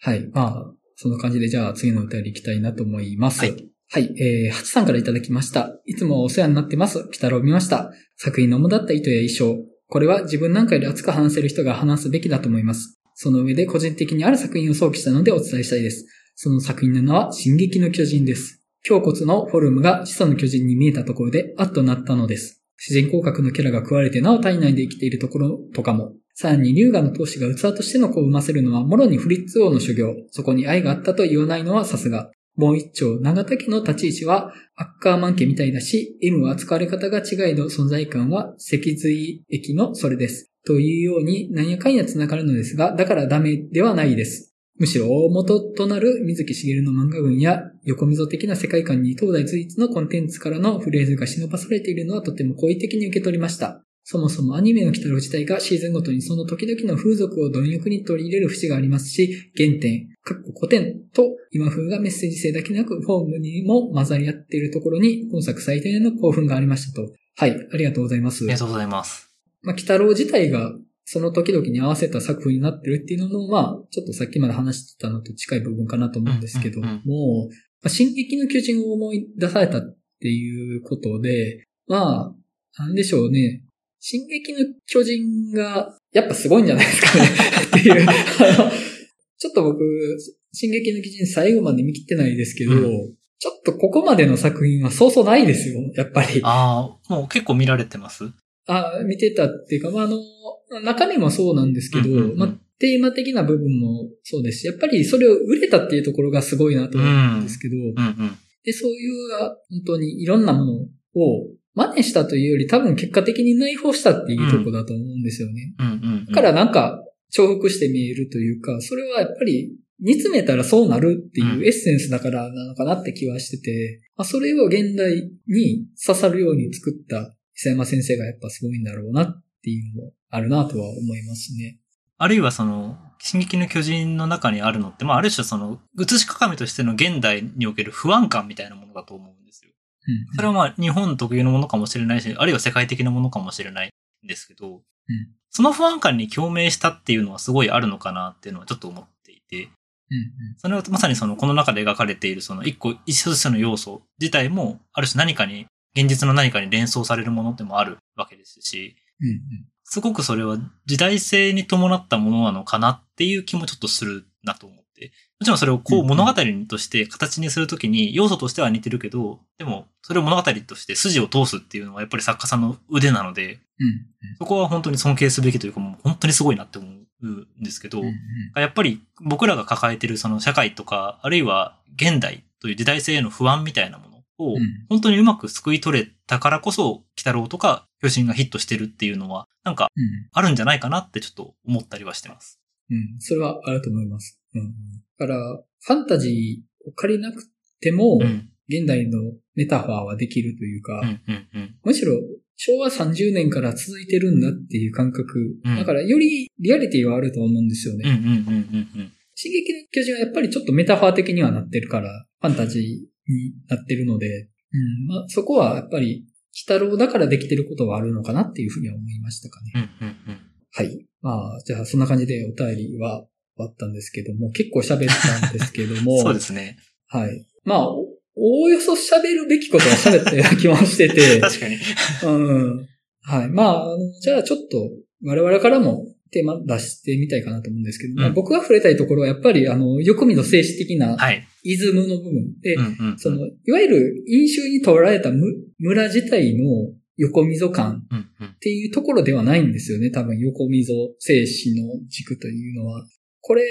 はい。まあ、そんな感じで、じゃあ次のお便り行きたいなと思います。ははいい。えー、ハチさんからいただきました。いつもお世話になってます。鬼太郎を見ました。作品の主だった意図や意匠。これは自分なんかより熱く話せる人が話すべきだと思います。その上で個人的にある作品を想起したのでお伝えしたいです。その作品の名は、進撃の巨人です。胸骨のフォルムが始祖の巨人に見えたところで、あっとなったのです。主人公格のキャラが食われてなお体内で生きているところとかも。さらに、龍河の闘士が器としての子を産ませるのは、もろにフリッツ王の修行。そこに愛があったと言わないのはさすが。もう一丁、長崎の立ち位置は、アッカーマン家みたいだし、M は扱われ方が違いの存在感は、脊髄液のそれです。というように、なんやかんや繋がるのですが、だからダメではないです。むしろ大元となる水木しげるの漫画群や横溝的な世界観に東大随一のコンテンツからのフレーズが忍ばされているのはとても好意的に受け取りました。そもそもアニメの鬼太郎自体がシーズンごとにその時々の風俗を貪欲に取り入れる節がありますし、原点、かっこ古典と今風がメッセージ性だけなくフォームにも混ざり合っているところに本作最大の興奮がありましたと。はい、ありがとうございますあり。がとうございます。まあ、鬼太郎自体がその時々に合わせた作風になってるっていうのも、まあ、ちょっとさっきまで話してたのと近い部分かなと思うんですけど、うんうんうんもう、まあ、進撃の巨人を思い出されたっていうことで、まあ、なんでしょうね。進撃の巨人が、やっぱすごいんじゃないです かね。っていう。あの、ちょっと僕、進撃の巨人最後まで見切ってないですけど、うんちょっとここまでの作品はそうそうないですよ、やっぱり。ああ、もう結構見られてますあ、見てたっていうか、まあ、あの、中身もそうなんですけど、うんうんうんまあ、テーマ的な部分もそうですし、やっぱりそれを売れたっていうところがすごいなとうん。う思うんんですけど、うん。で、そういう、あ本当にいろんなものを真似したというより、多分結果的に内包したっていうとこだと思うんですよね。うんうん。だから、なんか、重複して見えるというか、それはやっぱり、煮詰めたらそうなるってういんうエッセンスだからなのかなって気はしてて、まあ、それを現代に刺さるように作った伊山先生がやっぱすごいんだろうなっていうのもあるなとは思いますね。あるいはその、進撃の巨人の中にあるのって、まあ、ある種その、写し鏡としての現代における不安感みたいなものだと思うんですよ。うん。それはまあ、日本特有のものかもしれないし、あるいは世界的なものかもしれないんですけど、その不安感に共鳴したっていうのはすごいあるのかなっていうのはちょっと思っていて、うんそれはまさにその、この中で描かれているその、一個一つの要素自体も、ある種何かに、現実の何かに連想されるものでもあるわけですし、うん。うんすごくそれは時代性に伴ったものなのかなっていう気もちょっとするなと思って。もちろんそれをこううん物語として形にするときに要素としては似てるけど、でもそれを物語として筋を通すっていうのはやっぱり作家さんの腕なので、うん。そこは本当に尊敬すべきというかもう本当にすごいなって思うんですけど、うん。うん。やっぱり僕らが抱えてるその社会とか、あるいは現代という時代性への不安みたいなものをうん。本当にうまく救い取れたからこそ、鬼太郎とか巨人がヒットしてるっていうのは、なんかうん。あるんじゃないかなってちょっと思ったりはしてます。うん、それはあると思います。うん。だから、ファンタジーを借りなくても、うん。現代のメタファーはできるというか、うんうんうん。むしろ昭和30年から続いてるんだっていう感覚。うんだからよりリアリティはあると思うんですようんね。うんうんうんうん。刺激の巨人はやっぱりちょっとメタファー的にはなってるから、ファンタジーになってるので、うん、まあそこはやっぱり、鬼太郎だからできてることはあるのかなっていうふうには思いましたかね。うんうんうん。はい。まあ、じゃあそんな感じでお便りは終わったんですけども、結構喋ったんですけども、 そうですね。はい。まあ、おおおよそ喋るべきことは喋ったような気もしてて、 確かに。うん。はい。まあ、あのじゃあちょっと我々からもテーマ出してみたいかなと思うんですけど、まあうん僕が触れたいところはやっぱり、あの、よく見の静止的なはい。イズムの部分で、うんうん。その、いわゆる飲酒に取られたむ村自体の横溝感うんうん。っていうところではないんですよね。多分横溝静止の軸というのは。これ、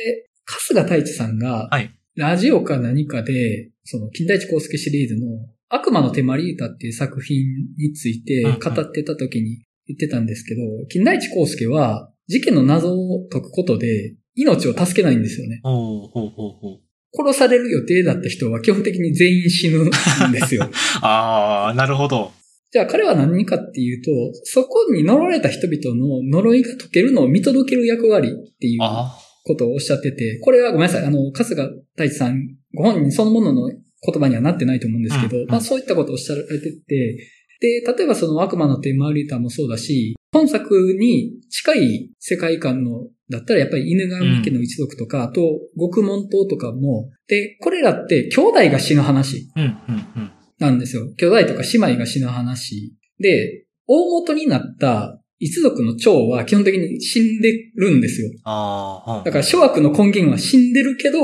春日太一さんが、はいラジオか何かで、その、金田一光介シリーズの、悪魔の手まり歌っていう作品についてうんうん語ってた時に言ってたんですけど、金田一光介は、事件の謎を解くことで、命を助けないんですよね。ほうほうほうほう。殺され る予定だった人は基本的に全員死ぬんですよ。あー、なるほど。じゃあ彼は何かっていうと、そこに呪われた人々の呪いが解けるのを見届ける役割っていうあことをおっしゃってて、これはごめんなさい、あの、春日大地さんご本人そのものの言葉にはなってないと思うんですけど、うんうんまあそういったことをおっしゃられてて、で、例えばその悪魔のテーマリーターもそうだし、本作に近い世界観の、だったらやっぱり犬神家の一族とか、あと極門島とかも、で、これらって兄弟が死ぬ話あ。うん、うん、うん。なんですよ。兄弟とか姉妹が死ぬ話。で、大元になった一族の長は基本的に死んでるんですよ。ああ。うんだから諸悪の根源は死んでるけど、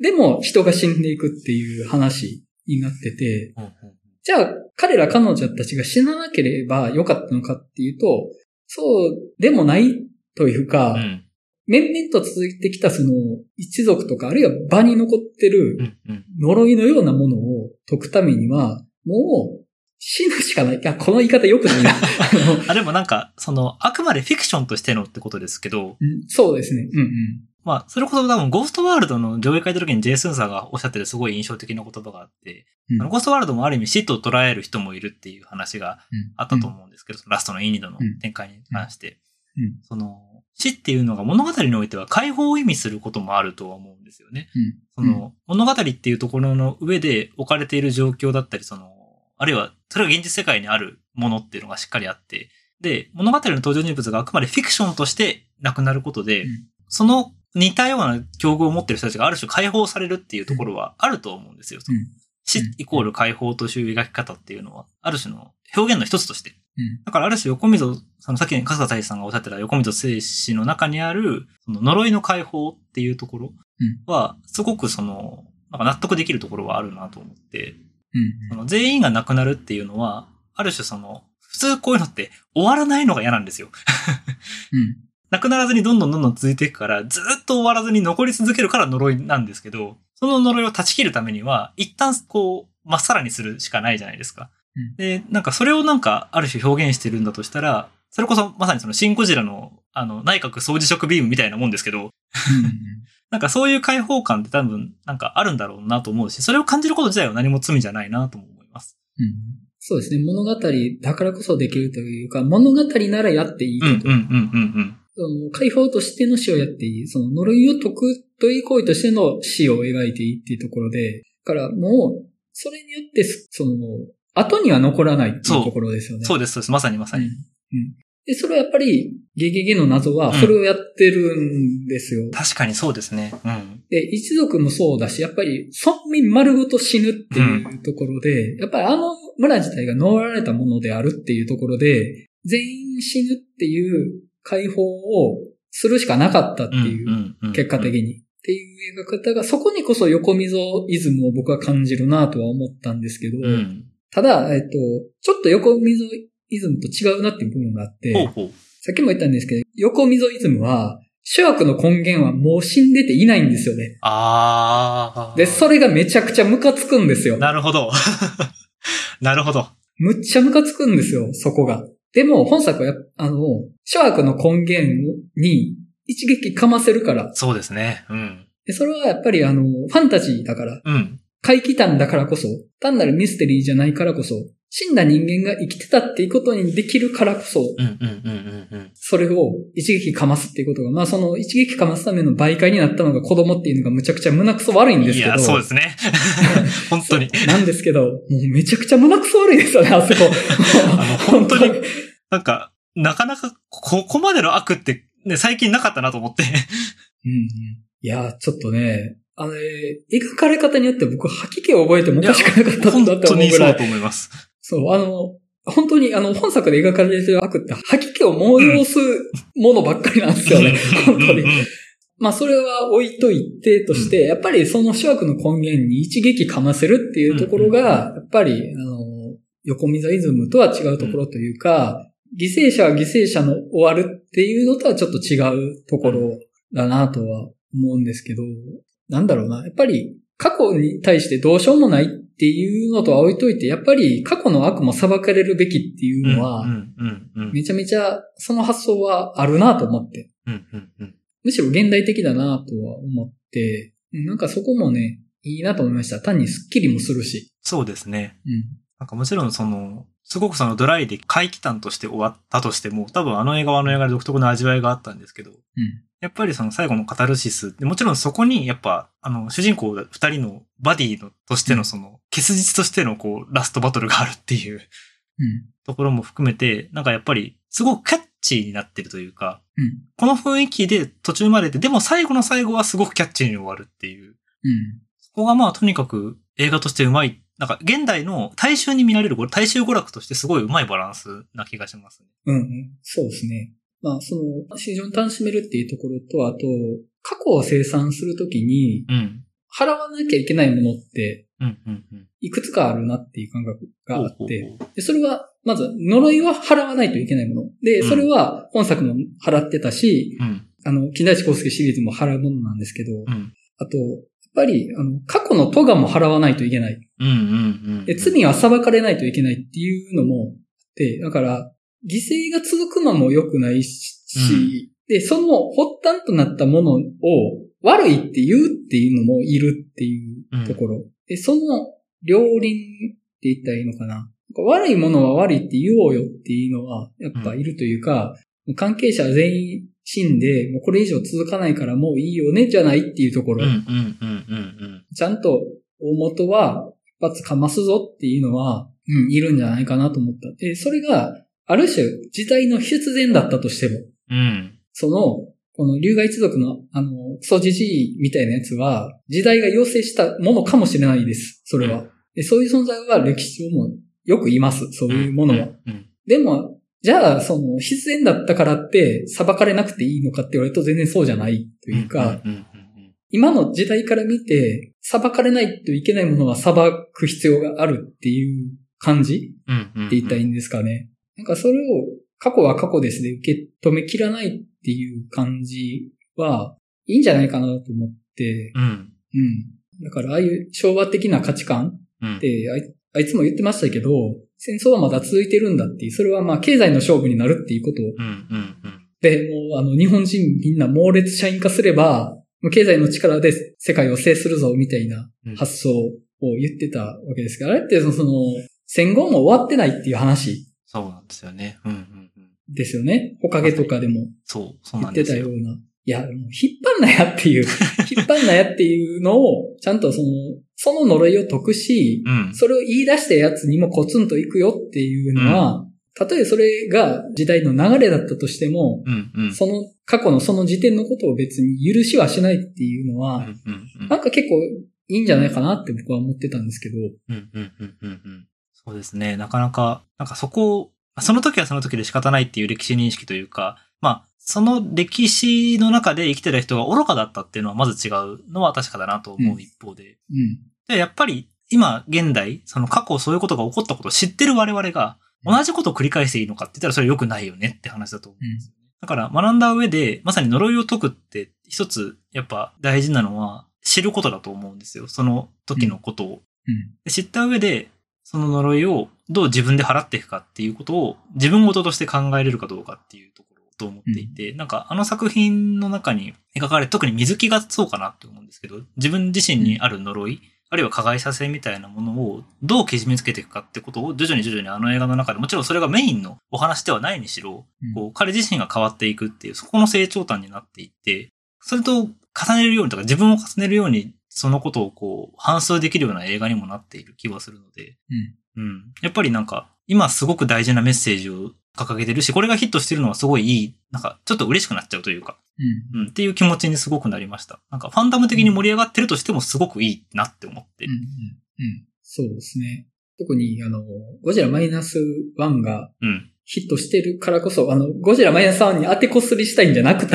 でも人が死んでいくっていう話になってて、うんうんじゃあ彼ら彼女たちが死ななければよかったのかっていうと、そうでもないというか、うん。面々と続いてきたその一族とかあるいは場に残ってうるん、うん。呪いのようなものを解くためには、もう死ぬしかない。いや、この言い方良くないな。あのあ、でもなんか、その、あくまでフィクションとしてのってことですけど、うんそうですね。うんうん。まあ、それこそ多分、ゴーストワールドの上映会の時にジェイスンさんがおっしゃってるすごい印象的な言葉があって、うんあのゴーストワールドもある意味死と捉える人もいるっていう話がうんあったと思うんですけど、そのラストのイニドのうん展開に関して、うんうんその、死っていうのが物語においては解放を意味することもあるとは思うんですよね。うんその、物語っていうところの上で置かれている状況だったり、その、あるいは、それが現実世界にあるものっていうのがしっかりあって、で、物語の登場人物があくまでフィクションとしてなくなることで、うんその似たような境遇を持ってる人たちがある種解放されるっていうところはあると思うんですよ。そのうん死イコール解放という描き方っていうのは、ある種の表現の一つとして。うんだからある種横溝、そのさっき春日大志さんがおっしゃってた横溝静史の中にある、その呪いの解放っていうところは、すごくその、なんか納得できるところはあるなと思って、うんその全員が亡くなるっていうのは、ある種その、普通こういうのって終わらないのが嫌なんですよ。うん。なくならずにどんどんどんどん続いていくから、ずーっと終わらずに残り続けるから呪いなんですけど、その呪いを断ち切るためには、一旦こう、まっさらにするしかないじゃないですか。うんで、なんかそれをなんか、ある種表現してるんだとしたら、それこそまさにそのシン・ゴジラの、あの、内閣総辞職ビームみたいなもんですけど、うんうんなんかそういう解放感って多分、なんかあるんだろうなと思うし、それを感じること自体は何も罪じゃないなとも思います。うんそうですね。物語だからこそできるというか、物語ならやっていいこうんうんと。うんうんその解放としての死をやっていい。その呪いを解くという行為としての死を描いていいっていうところで、だからもう、それによってす、その、後には残らないっていうところですようね。ん。そうです、そうです。まさにまさうんに。うんで、それはやっぱり、ゲゲゲの謎は、それをやってるんですよ。確かにそうですね。うん。で、一族もそうだし、やっぱり村民丸ごと死ぬっていうところで、やっぱりあの村自体が呪われたものであるっていうところで、全員死ぬっていう解放をするしかなかったっていう、うん結果的に。に。っていう描き方が、そこにこそ横溝イズムを僕は感じるなとは思ったんですけど、うん。ただ、えっと、ちょっと横溝イズムと違うなっていう部分があって、ほうほう。さっきも言ったんですけど、横溝イズムは、主悪の根源はもう死んでていないんですよね。ああ。で、それがめちゃくちゃムカつくんですよ。なるほど。 なるほど。むっちゃムカつくんですよ、そこが。でも、本作はやっぱ、あの、諸悪の根源に一撃かませるから。そうですね。うん。でそれはやっぱりあの、ファンタジーだから、うん。怪奇譚だからこそ、単なるミステリーじゃないからこそ、死んだ人間が生きてたっていうことにできるからこそ、うんうんうんうんうん。それを一撃かますっていうことが、まあその一撃かますための媒介になったのが子供っていうのがむちゃくちゃ胸くそ悪いんですいけど。や、そうですね。 本当に。なんですけど、もうめちゃくちゃ胸くそ悪いですよね、あそこ。 本当になんか、なかなか、ここまでの悪って、ね、最近なかったなと思って。うんうんいやー、ちょっとね、あれ、描かれ方によって僕吐き気を覚えてもおかし くなかったん本だって当思うにぐそうらだい。と思います。そう、あの、本当に、あの、本作で描かれてる悪って吐き気を催すものばっかりなんですよね。本当うんうに。んうんまあ、それは置いといてとして、やっぱりその諸悪の根源に一撃かませるっていうところが、やっぱり、あの、横溝イズムとは違うところというか、犠牲者は犠牲者の終わるっていうのとはちょっと違うところだなとは思うんですけど、なんだろうな。やっぱり過去に対してどうしようもないっていうのとは置いといて、やっぱり過去の悪も裁かれるべきっていうのうは、んうんうんめちゃめちゃその発想はあるなと思って。うんうんうん。むしろ現代的だなとは思って、うんなんかそこもね、いいなと思いました。単にスッキリもするし。そうですね。うん。なんかもちろんその、すごくそのドライで回帰端として終わったとしても、多分あの映画はあの映画で独特の味わいがあったんですけど、やっぱりその最後のカタルシス、でもちろんそこにやっぱ、あの、主人公二人のバディのとしてのその、結実としてのこう、ラストバトルがあるっていう うん。ところも含めて、なんかやっぱり、すごくキャッチーになってるというか、うんこの雰囲気で途中までで、でも最後の最後はすごくキャッチーに終わるっていうう。ん。そこがまあとにかく映画としてうまい。なんか現代の大衆に見られる、これ大衆娯楽としてすごいうまいバランスな気がしますね。うんうん。そうですね。まあ、その、市場に楽しめるっていうところと、あと、過去を生産するときに、うん。払わなきゃいけないものって、うん、うん、うん。いくつかあるなっていう感覚があっほうて、ほうほうでそれは、まず、呪いは払わないといけないもの。で、うんそれは本作も払ってたし、うん、あの、金田一光介シリーズも払うものなんですけど、うん。あと、やっぱり、あの、過去のトガも払わないといけない。うん、うん、うん。で、罪は裁かれないといけないっていうのもあって、だから、犠牲が続くのも良くないし、うんで、その発端となったものを悪いって言うっていうのもいるっていうところ。で、その両輪って言ったらいいのかな。なんか悪いものは悪いって言おうよっていうのは、やっぱいるというか、もう関係者全員死んで、もうこれ以上続かないからもういいよね、じゃないっていうとこうん、ろ。うん、うん、うん、ちゃんと大元は一発かますぞっていうのは、うん、いるんじゃないかなと思った。で、それが、ある種、時代の必然だったとしても、うん。うん。その、この龍河一族の、あの、クソジジイみたいなやつは、時代が要請したものかもしれないです。それは。でそういう存在は歴史上もよくいます。そういうものは。うん。でも、じゃあ、その、必然だったからって、裁かれなくていいのかって言われると全然そうじゃないとというか、、うん、うん、今の時代から見て、裁かれないといけないものは裁く必要があるっていう感じうん。うん、うん。って言ったらいいんですかね。なんかそれを過去は過去ですで受け止めきらないっていう感じはいいんじゃないかなと思って、うん。うん。だからああいう昭和的な価値観うんっ。てあいあいつも言ってましたけど、戦争はまだ続いてるんだっていう、それはまあ経済の勝負になるっていうことうん、うん、うん。で、もうあの、日本人みんな猛烈社員化すれば、もう経済の力で世界を制するぞ、みたいなうん発想を言ってたわけですけど、あれってその、その戦後も終わってないっていう話そうなんですよね。うん、うん、うん。ですよね。ほかげとかでもそう、そう言なんってでたすよよ。うな。いや、もう引っ張んなやっ ていう、引っ張んなやっていうのを、ちゃんとその、その呪いを解くし、うん。それを言い出したやつにもコツンといくよっていうのは、たとえそれが時代の流れだったとしても、うん、うん。その過去のその時点のことを別に許しはしないっていうのは、うん、うん、うん。なんか結構いいんじゃないかなって僕は思ってたんですけど、うんうんうんうんうん。そうですね。なかなか、なんかそこを、まあその時はその時で仕方ないっていう歴史認識というか、まあ、その歴史の中で生きてた人が愚かだったっていうのはまず違うのは確かだなと思う一方で。うん。で、やっぱり今現代、その過去そういうことが起こったことを知ってる我々が、うん同じことを繰り返していいのかって言ったらそれ良くないよねって話だと思うんですよね。だから学んだ上で、まさに呪いを解くって一つやっぱ大事なのは知ることだと思うんですよ。その時のことを。うん。で知った上で、その呪いをどう自分で払っていくかっていうことを自分事として考えれるかどうかっていうところと思っていて、なんかあの作品の中に描かれ、特に水木がそうかなって思うんですけど、自分自身にある呪い、あるいは加害者性みたいなものをどうけじめつけていくかってことを徐々に徐々にあの映画の中で、もちろんそれがメインのお話ではないにしろ、うんこう彼自身が変わっていくっていう、そこの成長端になっていって、それと重ねるようにとか自分を重ねるようにそのことをこう反芻できるような映画にもなっている気はするので、うん。やっぱりなんか今すごく大事なメッセージを掲げてるし、これがヒットしてるのはすごいいい、なんかちょっと嬉しくなっちゃうというか、うん。うん、っていう気持ちにすごくなりました。なんかファンダム的に盛り上がってるとしてもすごくいいなって思って。うん。うん。そうですね。特に、あの、ゴジラマイナス1がうん。ヒットしてるからこそ、あの、ゴジラマイナス1に当てこすりしたいんじゃなく て、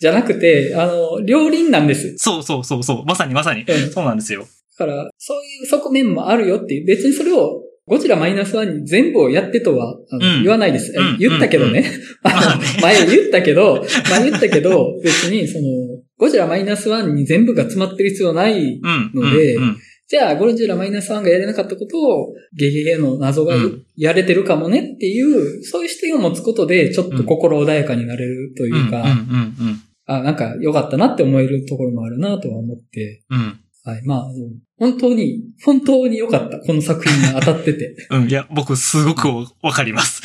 じゃなくて、あの、両輪なんです。そうそうそうそう。まさにまさに。うんそうなんですよ。だから、そういう側面もあるよっていう、別にそれを、ゴジラマイナスワンに全部をやってとは、あのうん言わないです。うん言ったけどね。まああ ねの前言ったけど、前言ったけど、別にその、ゴジラマイナスワンに全部が詰まってる必要ない。うん。のでうん。うんじゃあ、ゴジラマイナスワンがやれなかったことを、ゲゲゲの謎がうんやれてるかもねっていう、そういう視点を持つことで、ちょっと心穏やかになれるというか、うんうんうんあ、なんか良かったなって思えるところもあるなとは思って、うん。うん。はい。まあ、あの本当に、本当に良かった。この作品が当たってて。 うん、いや、僕すごくわかります。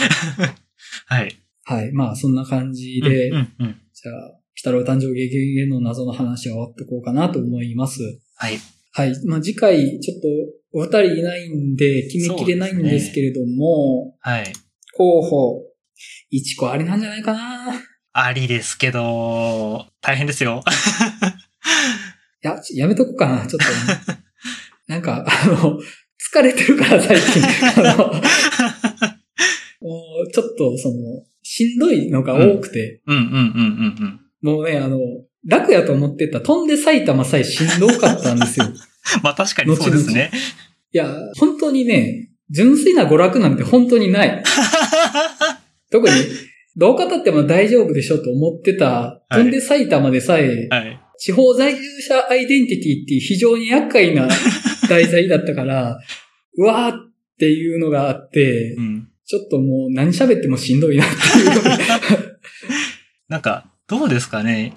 はい。はい。まあ、そんな感じで、うん、うん、うん。じゃあ、北郎誕生ゲゲゲの謎の話は終わってこうかなと思います。はい。はい。まあ、次回、ちょっと、お二人いないんで、決めきれないんですけれども、はい。候補、一個あれなんじゃないかな。いありですけど、大変ですよ。や、ちょやめとこうかな、ちょっと ね、なんか、あの、疲れてるから最 近。あのもうちょっと、その、しんどいのが多くて、うん、うん、うん、うん、うん。もうね、あの、楽やと思ってた、飛んで埼玉さえしんどかったん ですよ。まあ確かにそうですね。いや、本当にね、純粋な娯楽なんて本当に ない。特に、どう語っても大丈夫でしょと思ってた、い飛んで埼玉でさえ、はい。地方在住者アイデンティティっていう非常に厄介 な題材だったから、うわーっていうのがあってう、ん。ちょっともう何喋ってもしんどいなっていう。 なんか、どうですかね。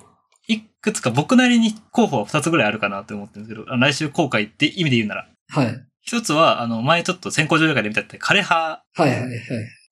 いくつか僕なりに候補は2つぐらいあるかなって思ってるんですけど、あ来週後悔って意味で言うなら。はい。一つは、あの、前ちょっと先行上映会で見たって、枯葉。はいはいはい。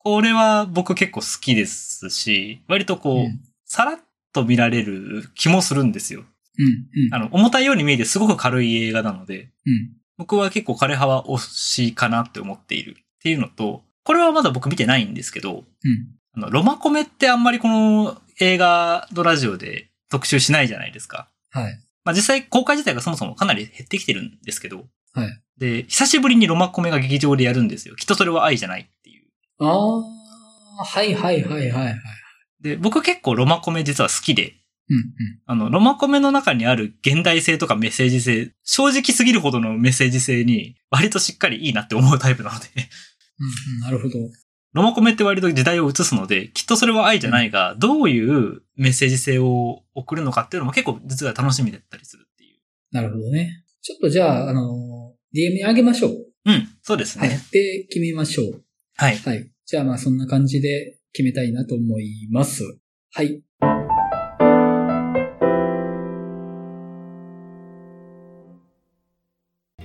これは僕結構好きですし、割とこう、うんさらっと見られる気もするんですよ。うん、うん、あの、重たいように見えてすごく軽い映画なので、うん。僕は結構枯葉は推しかなって思っているっていうのと、これはまだ僕見てないんですけど、うんあの、ロマコメってあんまりこの映画のラジオで特集しないじゃないですか。はい。まあ実際公開自体がそもそもかなり減ってきてるんですけど、はい。で、久しぶりにロマコメが劇場でやるんですよ。きっとそれは愛じゃないっていう。あー、はいはいはいはいはい。で、僕結構ロマコメ実は好きで、うん、あの、ロマコメの中にある現代性とかメッセージ性、正直すぎるほどのメッセージ性に割としっかりいいなって思うタイプなので、うん、うんうん、なるほど。ロマコメって割と時代を映すので、きっとそれは愛じゃないが、どういうメッセージ性を送るのかっていうのも結構実は楽しみだったりするっていう。なるほどね。ちょっとじゃあ、あの、DM にあげましょう。うん、そうですはいね。。で、決めましょう。はい。はい。じゃあまあそんな感じで決めたいなと思います。はい。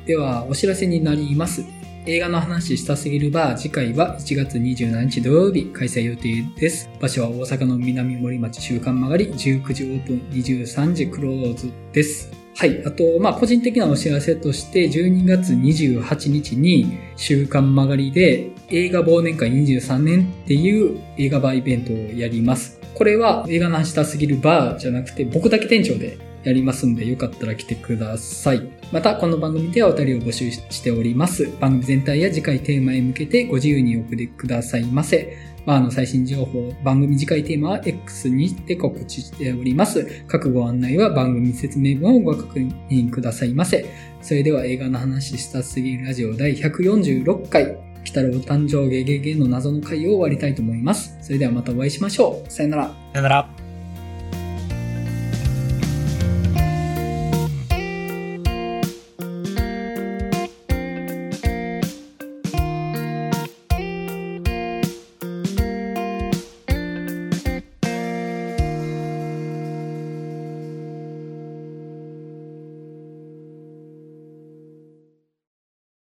ではお知らせになります。映画の話したすぎるバー次回は1月27日土曜日開催予定です。場所は大阪の南森町週刊曲がり19時オープン23時クローズです。はい。あと、まあ、個人的なお知らせとして、12月28日に、週刊曲がりで、映画忘年会23年っていう映画バーイベントをやります。これは、映画のしたすぎるバーじゃなくて、僕だけ店長でやりますんで、よかったら来てください。また、この番組ではお便りを募集しております。番組全体や次回テーマへ向けて、ご自由にお送りくださいませ。バーの最新情報、番組次回テーマは X にて告知しております。各ご案内は番組説明文をご確認くださいませ。それでは映画の話したすぎるラジオ第146回、北郎誕生ゲゲゲの謎の回を終わりたいと思います。それではまたお会いしましょう。さよなら。さよなら。